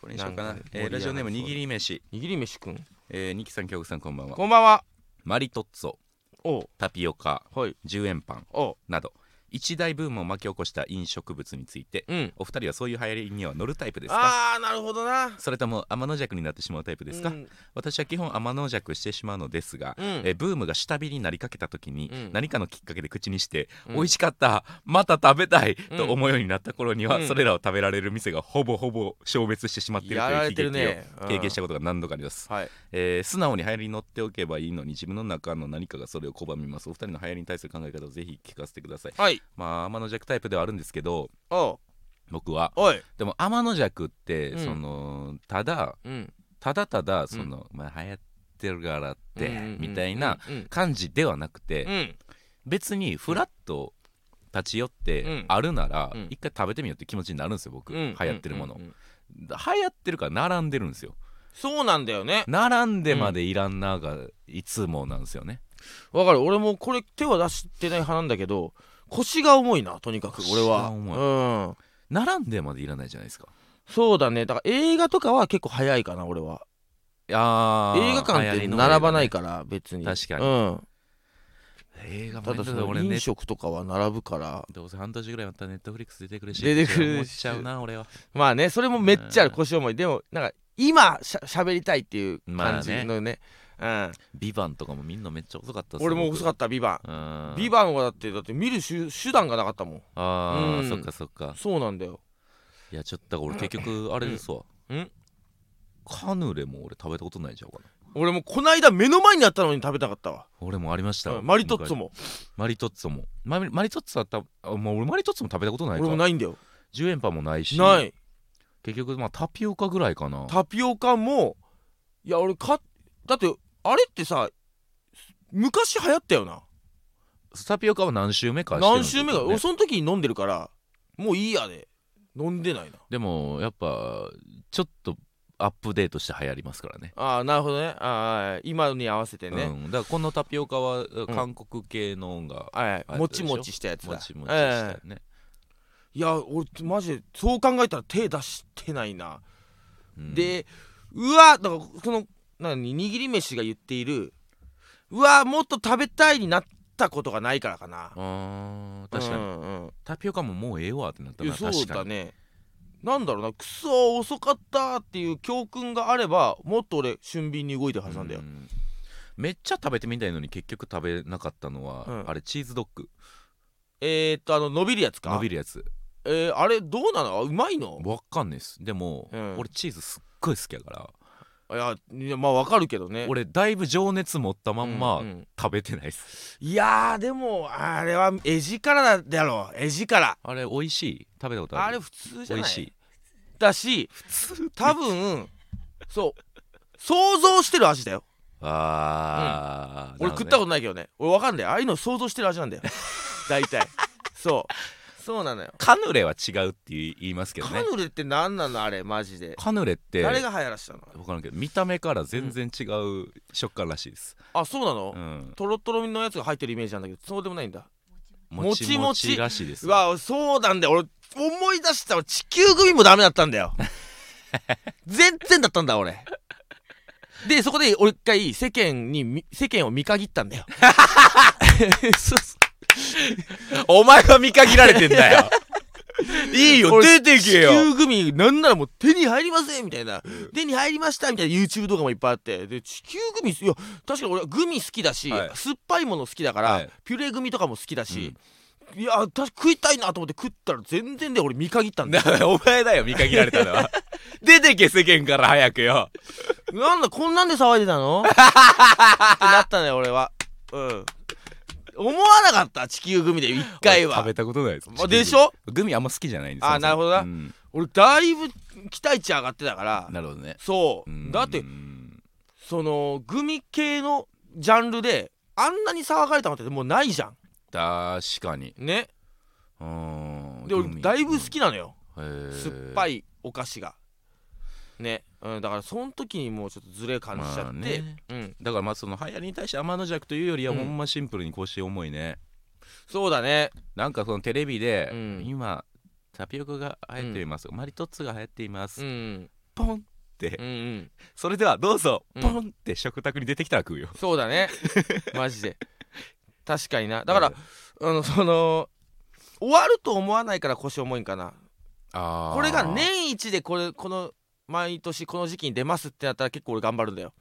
Speaker 1: これにしようかな
Speaker 2: なんか盛り上
Speaker 1: えー
Speaker 2: がり
Speaker 1: ラジオネーム
Speaker 2: そう
Speaker 1: にぎり飯
Speaker 2: 握り飯くん
Speaker 1: えー、ニキさん、キョウさん、こんばんは。
Speaker 2: こんばんは
Speaker 1: マリトッツォ、
Speaker 2: おう
Speaker 1: タピオカ、
Speaker 2: はい
Speaker 1: 10円パン
Speaker 2: おう
Speaker 1: など、一大ブームを巻き起こした飲食物について、
Speaker 2: うん
Speaker 1: お二人はそういう流行りには乗るタイプですか
Speaker 2: あーなるほどな
Speaker 1: それとも天の弱になってしまうタイプですか、
Speaker 2: うん
Speaker 1: 私は基本天の弱してしまうのですが、
Speaker 2: うん
Speaker 1: えーブームが下火になりかけた時に、
Speaker 2: うん
Speaker 1: 何かのきっかけで口にして、
Speaker 2: うん
Speaker 1: 美味しかったまた食べたい、
Speaker 2: うん
Speaker 1: と思うようになった頃には、
Speaker 2: うん
Speaker 1: それらを食べられる店がほぼほぼ消滅してしまっていると
Speaker 2: やられて
Speaker 1: いう悲
Speaker 2: る
Speaker 1: 劇を
Speaker 2: ね
Speaker 1: 経験したたことが何度かあります、
Speaker 2: はい
Speaker 1: えー素直に流行りに乗っておけばいいのに自分の中の何かがそれを拒みますお二人の流行りに対する考え方をぜひ聞かせてください
Speaker 2: はい
Speaker 1: まあ天の弱タイプではあるんですけど
Speaker 2: おう
Speaker 1: 僕は
Speaker 2: おい
Speaker 1: でも天の弱って、
Speaker 2: うん
Speaker 1: そのただ
Speaker 2: うん
Speaker 1: ただただその、まあ流行ってるからって、みたいな
Speaker 2: うん
Speaker 1: 感じではなくて、
Speaker 2: うん
Speaker 1: 別にフラッと立ち寄っ
Speaker 2: う
Speaker 1: て
Speaker 2: ん
Speaker 1: あるなら、
Speaker 2: うん
Speaker 1: 一回食べてみようって気持ちになるんですよ僕、
Speaker 2: うん
Speaker 1: 流行ってるもの、
Speaker 2: うんうんうん
Speaker 1: 流行ってるから並んでるんですよ
Speaker 2: そうなんだよね
Speaker 1: 並んでまでいらんながいつもなんですよね、
Speaker 2: わかる俺もこれ手は出してない派なんだけど腰が重いなとにかく俺は
Speaker 1: 腰が
Speaker 2: うん
Speaker 1: 並んでまでいらないじゃないですか
Speaker 2: そうだねだから映画とかは結構早いかな俺は
Speaker 1: あー
Speaker 2: 映画館っ
Speaker 1: 流行
Speaker 2: て
Speaker 1: りの映画ね
Speaker 2: 並ばないから別に
Speaker 1: 確かに
Speaker 2: うん
Speaker 1: 映画も
Speaker 2: た
Speaker 1: ね
Speaker 2: だそ
Speaker 1: ただ
Speaker 2: の
Speaker 1: 俺ね
Speaker 2: 飲食とかは並ぶから
Speaker 1: どうせ半年ぐらいまたネットフリックス出てくるし
Speaker 2: 出てくるし
Speaker 1: 思っちゃうな俺は
Speaker 2: まあねそれもめっちゃある
Speaker 1: うん
Speaker 2: 腰重いでもなんか今しゃ喋りたいっていう感じのねうん
Speaker 1: 「ビバンとかもみんなめっちゃ遅かった
Speaker 2: 俺も遅かった「ビバン
Speaker 1: た
Speaker 2: ビ
Speaker 1: バン
Speaker 2: バンはだってだって見る手手段がなかったもん
Speaker 1: あー、
Speaker 2: うん
Speaker 1: そっかそっか
Speaker 2: そうなんだよ
Speaker 1: いやちょっとだから俺結局あれですわ、
Speaker 2: うん
Speaker 1: カヌレも俺食べたことないんちゃうかな
Speaker 2: 俺もこないだ目の前にあったのに食べたかったわ
Speaker 1: 俺もありました
Speaker 2: うんマリトッツォ
Speaker 1: も
Speaker 2: も
Speaker 1: マリトッツォもマリマリトッツォはたあもう俺マリトッツォも食べたことない
Speaker 2: 俺
Speaker 1: か
Speaker 2: もないんだよ
Speaker 1: 10円パンもないし
Speaker 2: ない
Speaker 1: 結局まあタピオカぐらいかな
Speaker 2: タピオカもいや俺かだってあれってさ昔流行ったよな
Speaker 1: タピオカは何週目かしてるん
Speaker 2: 何
Speaker 1: ですよ
Speaker 2: 週目か
Speaker 1: ね
Speaker 2: 俺その時に飲んでるからもういいやで飲んでないな
Speaker 1: でもやっぱちょっとアップデートして流行りますからね
Speaker 2: ああなるほどねああ今に合わせてね、
Speaker 1: うん、だからこのタピオカは韓国系の音が
Speaker 2: はい
Speaker 1: あれでしょ
Speaker 2: もちもちしたやつだ
Speaker 1: もちもちしたよね、
Speaker 2: ええいや俺マジでそう考えたら手出してないな
Speaker 1: うん、
Speaker 2: でうわだからその何握り飯が言っているうわもっと食べたいになっったことがないからかな
Speaker 1: あー確かに、
Speaker 2: うんうん
Speaker 1: タピオカももうええわってなった
Speaker 2: い
Speaker 1: な
Speaker 2: や
Speaker 1: 確かに
Speaker 2: そうだねなんだろうなクソ遅かったっていう教訓があればもっと俺俊敏に動いてるはずなんだよ、
Speaker 1: うめっちゃ食べてみたいのに結局食べなかったのは、
Speaker 2: うん
Speaker 1: あれチーズドッグ
Speaker 2: えー、っとあの伸びるやつか
Speaker 1: 伸びるやつ
Speaker 2: えー、あれどうなのうまいの
Speaker 1: わかんないですでも、
Speaker 2: うん
Speaker 1: 俺チーズすっごい好きやから
Speaker 2: いやいやまあわかるけどね
Speaker 1: 俺だいぶ情熱持ったまんま
Speaker 2: うんうん
Speaker 1: 食べてないです、
Speaker 2: いやーでもあれは絵力だろ絵力
Speaker 1: あれ美味しい食べたことあ
Speaker 2: あ
Speaker 1: る
Speaker 2: れ普通じゃ
Speaker 1: 美
Speaker 2: ない
Speaker 1: 味しい
Speaker 2: だし多分そう想像してる味だよ
Speaker 1: あー、なるほどね
Speaker 2: 俺食ったことないけどね俺わかんないああいうの想像してる味なんだよ大体そうそうなのよ
Speaker 1: カヌレは違うって言い言いますけど
Speaker 2: カ
Speaker 1: ね
Speaker 2: ヌレって何なのあれマジで
Speaker 1: カヌレって
Speaker 2: 誰が流行らしたの
Speaker 1: 分からんけど見た目から全然違う食感らしいです、
Speaker 2: あそうなの、
Speaker 1: うん、
Speaker 2: とろとろのやつが入ってるイメージなんだけどそうでもないんだ
Speaker 1: もちもちらしいです
Speaker 2: うわそうなんだよ俺思い出した俺地球組もダメだったん だよ全然だったんだ俺でそこで俺一回世間にみ世間を見限ったんだよそうそう
Speaker 1: お前が見限られてんだ よいいよ
Speaker 2: 俺
Speaker 1: 出てけよ
Speaker 2: 地球組なんならもう手に入りませんみたいな、手に入りましたみたいな YouTube 動画もいっぱいあってで地球組いや確かに俺はグミ好きだし、
Speaker 1: はい
Speaker 2: 酸っぱいもの好きだから、
Speaker 1: はい
Speaker 2: ピュレグミとかも好きだし、いや確か食いたいなと思って食ったら全然で俺見限ったんだよ
Speaker 1: だ からお前だよ見限られたの は出てけ世間から早くよ
Speaker 2: なんだこんなんで騒いで たのってなったね俺はうん思わなかった地球組で一回
Speaker 1: 俺食
Speaker 2: は
Speaker 1: べたことないです
Speaker 2: あでしょ
Speaker 1: グミあんま好きじゃないんです
Speaker 2: あ
Speaker 1: そもそも
Speaker 2: なるほどな
Speaker 1: うん
Speaker 2: 俺だいぶ期待値上がってたから
Speaker 1: なるほどね
Speaker 2: そう
Speaker 1: うん
Speaker 2: だってそのグミ系のジャンルであんなに騒がれたのってもうないじゃん
Speaker 1: 確かに
Speaker 2: ね
Speaker 1: うん
Speaker 2: で俺だいぶ好きなのよ酸
Speaker 1: 酸
Speaker 2: っぱいお菓子がね、うん、だからその時にもうちょっとズレ感じちゃ
Speaker 1: まあ
Speaker 2: って、
Speaker 1: ね
Speaker 2: うん
Speaker 1: だからまあその流行りに対して天の弱というよりは
Speaker 2: うん
Speaker 1: ほんまシンプルに腰重いね、
Speaker 2: そうだね
Speaker 1: なんかそのテレビで、
Speaker 2: うん
Speaker 1: 今タピオカが流行っています、マリトッツォが流行っています、
Speaker 2: うん
Speaker 1: ポンって、
Speaker 2: うんうん
Speaker 1: それではどうぞ、
Speaker 2: うん
Speaker 1: ポンって食卓に出てきたら食うよ
Speaker 2: そう だねマジで確かになだから、あのその終わると思わないから腰重いんかな
Speaker 1: あー
Speaker 2: これが年一でこれこの毎年この時期に出ますってなったら結構俺頑張るんだよ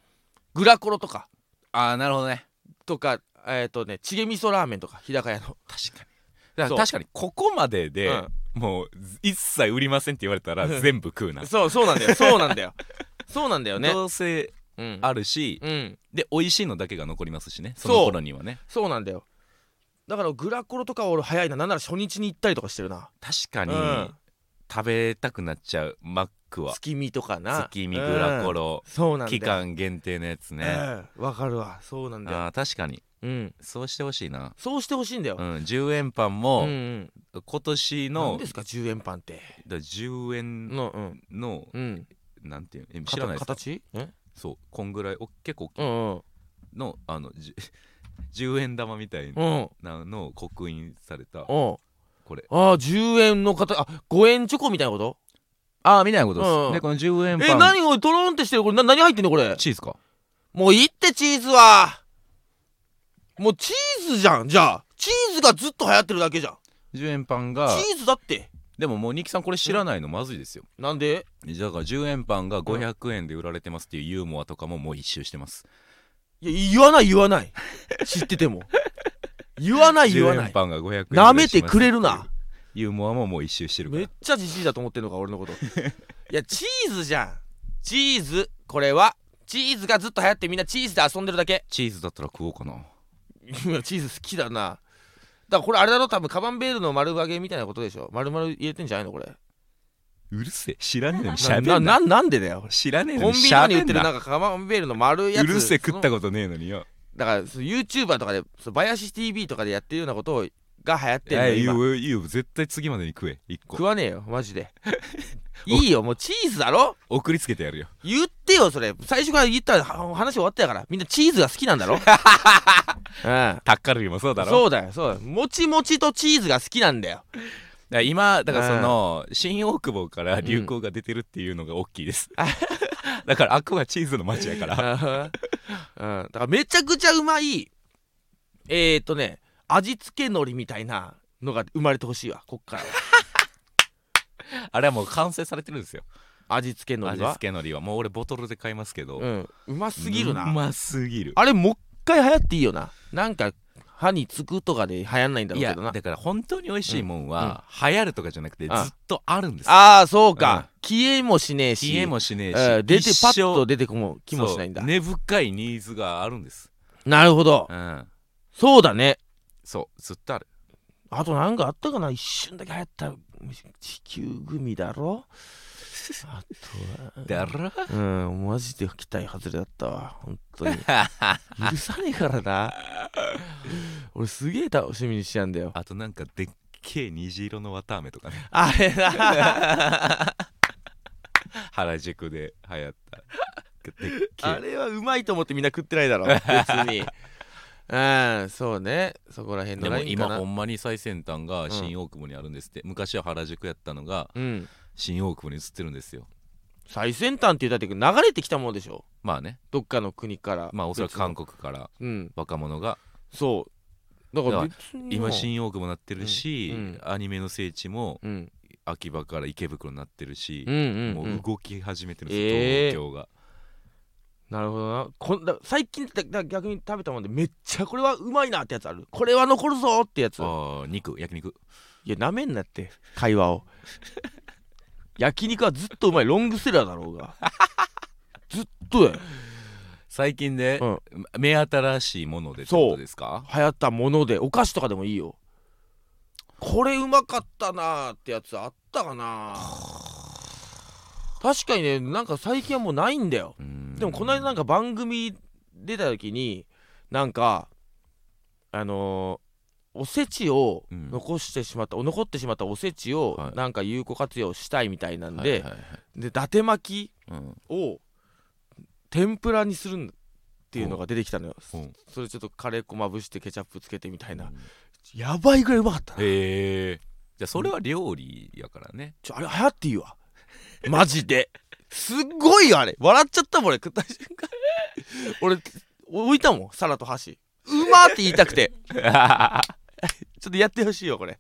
Speaker 2: グラコロとか
Speaker 1: ああなるほどね
Speaker 2: とかえっ、とねチゲ味噌ラーメンとか日高屋の、
Speaker 1: 確かにだから
Speaker 2: そう
Speaker 1: 確かにここまでで、
Speaker 2: う
Speaker 1: もう一切売りませんって言われたら
Speaker 2: うん
Speaker 1: 全部食うな、
Speaker 2: ん、 そうそうなんだよそうなんだよそうなんだよね
Speaker 1: どうせ
Speaker 2: うん
Speaker 1: あるし、
Speaker 2: うん
Speaker 1: で美味しいのだけが残りますしねそ
Speaker 2: そ
Speaker 1: の
Speaker 2: う
Speaker 1: 頃にはね
Speaker 2: そうなんだよだからグラコロとかは俺早いななんなら初日に行ったりとかしてるな
Speaker 1: 確かに、
Speaker 2: うん
Speaker 1: 食べたくなっちゃうマックは
Speaker 2: 月見とかな
Speaker 1: 月見グラコ、ロ
Speaker 2: う、んそうなんだよ
Speaker 1: 期間限定のやつね、
Speaker 2: うんわかるわそうなんだよ
Speaker 1: あー確かに
Speaker 2: うん
Speaker 1: そうしてほしいな、
Speaker 2: そうしてほしいんだよ
Speaker 1: う、ん、10円パン
Speaker 2: うんう
Speaker 1: も、
Speaker 2: ん、
Speaker 1: 今年
Speaker 2: 何
Speaker 1: の
Speaker 2: ですか10円パンって
Speaker 1: だ10円
Speaker 2: のうん
Speaker 1: の、
Speaker 2: うん
Speaker 1: なんていうえ知らないですか
Speaker 2: 形え
Speaker 1: そうこんぐらいお結構大きい
Speaker 2: うんうん
Speaker 1: のあの じ10円玉みたい
Speaker 2: うん
Speaker 1: なのを刻印された
Speaker 2: うん
Speaker 1: これ
Speaker 2: ああ10円の形あ5円チョコみたいなこと
Speaker 1: ああみたいなことです、
Speaker 2: うんうん
Speaker 1: でこの10円パン
Speaker 2: え何これドローンってしてるこれな何入ってんのこれ
Speaker 1: チーズか
Speaker 2: もういいってチーズはもうチーズじゃんじゃあチーズがずっと流行ってるだけじゃん
Speaker 1: 10円パンが
Speaker 2: チーズだって
Speaker 1: でももうニキさんこれ知らないのまずいですよ
Speaker 2: なんで
Speaker 1: だから10円パンが500円で売られてますっていうユーモアとかももう一周してます
Speaker 2: いや言わない言わない知ってても言わない言わ
Speaker 1: 10
Speaker 2: な
Speaker 1: 円
Speaker 2: い
Speaker 1: パンが500円
Speaker 2: なめてくれるな
Speaker 1: ユーモアももう一周してるか
Speaker 2: めっ
Speaker 1: ら
Speaker 2: ちゃじじいだと思ってんのか俺のこといやチーズじゃんチーズこれはチーズがずっと流行ってみんなチーズで遊んでるだけ
Speaker 1: チーズだったら食おうかない
Speaker 2: や チーズ好きだなだからこれあれだろ多分カマンベールの丸揚げみたいなことでしょ丸々入れてんじゃないのこれ
Speaker 1: うるせえ知らねえのにしゃ
Speaker 2: な
Speaker 1: べんな
Speaker 2: なななんでだよ
Speaker 1: 知らねえ
Speaker 2: コ
Speaker 1: の
Speaker 2: ン
Speaker 1: に
Speaker 2: ビニ
Speaker 1: し
Speaker 2: とか
Speaker 1: ゃ
Speaker 2: に
Speaker 1: べ
Speaker 2: 売っ
Speaker 1: ん
Speaker 2: てるな
Speaker 1: なん
Speaker 2: かカマンベールの丸いや
Speaker 1: う
Speaker 2: つ
Speaker 1: るせえ食っ
Speaker 2: そ
Speaker 1: たことねえのによ
Speaker 2: のだからその YouTuber とかでそのバヤシ TV とかでやってるようなことをが流行って
Speaker 1: い
Speaker 2: るの
Speaker 1: や
Speaker 2: よ
Speaker 1: い
Speaker 2: 今
Speaker 1: やいや絶対次までに食え一個
Speaker 2: 食わねえよマジで いいよもうチーズだろ
Speaker 1: 送りつけてやるよ
Speaker 2: 言ってよそれ最初から言ったらは話終わったやからみんなチーズが好きな んだろうん
Speaker 1: タッカルビもそうだろ
Speaker 2: そうだよそうだよもちもちとチーズが好きなんだよ
Speaker 1: だから今だからその新大久保から流行が出てるっていうのが大きいです、 だからあっこがチーズの街やか
Speaker 2: う
Speaker 1: ら
Speaker 2: んだからめちゃくちゃうまいえー、っとね味付け海苔みたいなのが生まれてほしいわこっからは
Speaker 1: あれはもう完成されてるんですよ
Speaker 2: 味付け海
Speaker 1: 味
Speaker 2: 苔は
Speaker 1: 付けのりはもう俺ボトルで買いますけど、
Speaker 2: うんうますぎるな、
Speaker 1: うますぎる
Speaker 2: あれもう一回流行っていいよななんか歯につくとかで流行んないんだろ
Speaker 1: いうや
Speaker 2: けどな
Speaker 1: だから本当に美味しいもんは、流行るとかじゃなくてずっ
Speaker 2: あ
Speaker 1: とあるんですよ
Speaker 2: ああそうか、
Speaker 1: う
Speaker 2: 消えもしねえし
Speaker 1: 消えもしねえし、
Speaker 2: えー出て
Speaker 1: 一生
Speaker 2: パッと出てこも気もしないんだ、
Speaker 1: そう根深いニーズがあるんです
Speaker 2: なるほど
Speaker 1: うん
Speaker 2: そうだね
Speaker 1: そうずっとある
Speaker 2: あとなんかあったかな一瞬だけ流行った地球グミだろあとは
Speaker 1: だろ
Speaker 2: うんマジで期待外れだったわ本当 に許さねえからな俺すげえ楽しみにしちゃうんだよ
Speaker 1: あとなんかでっけえ虹色の綿あめとかね
Speaker 2: あれだ
Speaker 1: 原宿で流行ったでっけ
Speaker 2: あ
Speaker 1: え
Speaker 2: れはうまいと思ってみんな食って ないだろ別にうんそうねそこら辺
Speaker 1: で
Speaker 2: の
Speaker 1: も
Speaker 2: ラインか
Speaker 1: 今
Speaker 2: な
Speaker 1: ほんまに最先端
Speaker 2: ん
Speaker 1: が新大久保にあるんですって、昔は原宿やったのが
Speaker 2: うん
Speaker 1: 新大久保に移ってるんですよ
Speaker 2: 最先端って言ったって流れてきたもんでしょ
Speaker 1: まあね
Speaker 2: どっかの国から
Speaker 1: まあおそらく韓国から
Speaker 2: うん
Speaker 1: 若者が
Speaker 2: そうだから
Speaker 1: だか
Speaker 2: 別に
Speaker 1: 今新大久保になってるし、
Speaker 2: うんうん
Speaker 1: アニメの聖地も
Speaker 2: うん
Speaker 1: 秋葉から池袋になってるし
Speaker 2: うん、うんう
Speaker 1: も
Speaker 2: ん
Speaker 1: う動き始めてるんですよ、
Speaker 2: えー
Speaker 1: 東京が
Speaker 2: なるほどなこんだ最近だだ逆に食べたもんでめっちゃこれはうまいなってやつあるこれは残るぞってやつ
Speaker 1: ああ肉焼肉
Speaker 2: いやなめんなって会話を 焼肉はずっとうまいロングセラーだろう がずっとだよ
Speaker 1: 最近で、
Speaker 2: うん
Speaker 1: 目新しいものでってことですか
Speaker 2: 流行ったものでお菓子とかでもいいよこれうまかったなーってやつあったかな 確かにねなんか最近はもうないんだよでもこの間なん
Speaker 1: か
Speaker 2: か番組出た時になんかあのーおせちを
Speaker 1: うん
Speaker 2: 残してしまった、お残ってしまったおせちを
Speaker 1: はい
Speaker 2: なんか有効活用したいみたいなんで、
Speaker 1: はいはいはい
Speaker 2: で伊達巻
Speaker 1: うん、
Speaker 2: きを天ぷらにするっていうのが出てきたのよ、
Speaker 1: うん
Speaker 2: それちょっとカレー粉まぶしてケチャップつけてみたいな、やばいぐらいうまかったな
Speaker 1: へえじゃあそれは料理やからね、
Speaker 2: ちょあれ流行っていいわマジですっごいよあれ笑っちゃったもん俺食った瞬間俺置いたもん皿と箸うまって言いたくて ちょっとやってほしいよこれ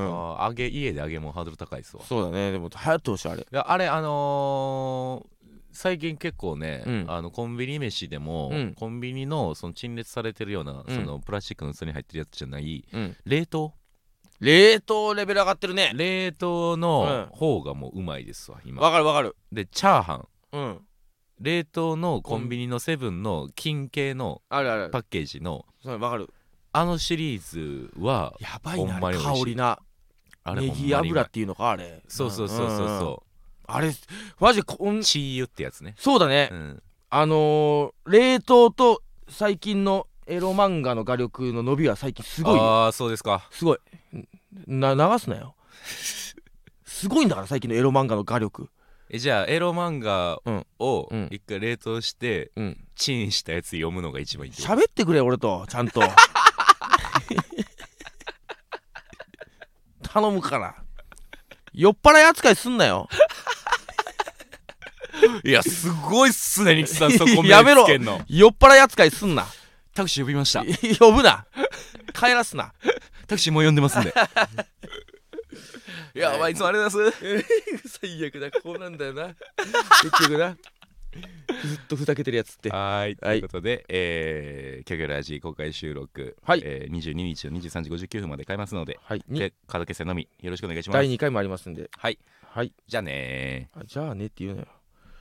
Speaker 1: あ
Speaker 2: ん
Speaker 1: ー揚げ家で揚げもハードル高いっすわ
Speaker 2: そうだねでも流行ってほしいあれ
Speaker 1: いやあれあのー最近結構ね、
Speaker 2: うん
Speaker 1: あのコンビニ飯でも、
Speaker 2: うん
Speaker 1: コンビニのその陳列されてるような、
Speaker 2: うん
Speaker 1: そのプラスチックの器に入ってるやつじゃない
Speaker 2: うん
Speaker 1: 冷凍
Speaker 2: 冷凍レベル上がってるね
Speaker 1: 冷凍の方がもううまいですわ今
Speaker 2: わかるわかる
Speaker 1: でチャーハン
Speaker 2: うん
Speaker 1: 冷凍のコンビニのセブンの金系の
Speaker 2: あるある
Speaker 1: パッケージの
Speaker 2: そうわかる
Speaker 1: あのシリーズは
Speaker 2: やばいなあ
Speaker 1: ほ
Speaker 2: れ
Speaker 1: んま
Speaker 2: 香
Speaker 1: に美味しい
Speaker 2: りな
Speaker 1: あれ
Speaker 2: ネ
Speaker 1: ほんまに
Speaker 2: ギ
Speaker 1: うまい
Speaker 2: 油っていうのかあれ
Speaker 1: そうそうそうそう
Speaker 2: うんうんうん
Speaker 1: そ
Speaker 2: あれマジこん
Speaker 1: うチーユってやつね
Speaker 2: そうだね
Speaker 1: うん
Speaker 2: あのー、冷凍と最近のエロ漫画の画力の伸びは最近すごいよ
Speaker 1: ああそうですか
Speaker 2: すごいな流すなよすごいんだから最近のエロ漫画の画力
Speaker 1: えじゃあエロ漫画を
Speaker 2: うんうん
Speaker 1: 一回冷凍して
Speaker 2: うん
Speaker 1: チンしたやつ読むのが一番いいってこと
Speaker 2: 喋ってくれ俺とちゃんと頼むから酔っ払い扱いすんなよ
Speaker 1: いやすごいっすねニキさんそ こ目
Speaker 2: やめろ
Speaker 1: つけんの
Speaker 2: 酔っ払い扱いすんな
Speaker 1: タクシー呼びま した
Speaker 2: 呼ぶな帰らすな
Speaker 1: タクシーもう呼んでますんで いやばいつもありがとうございます
Speaker 2: えー 最悪だこうなんだよな結局なずっとふざけてるやつって
Speaker 1: はい、
Speaker 2: はい
Speaker 1: ということで、えー、キョキョラジ公開収録、
Speaker 2: はい
Speaker 1: えー、22日の23時59分まで買えますので、
Speaker 2: はいに
Speaker 1: でカード決済のみよろしくお願いします。
Speaker 2: 第2回もありますんで
Speaker 1: はい、
Speaker 2: はい
Speaker 1: じゃあねー。
Speaker 2: あじゃあねって言うのよ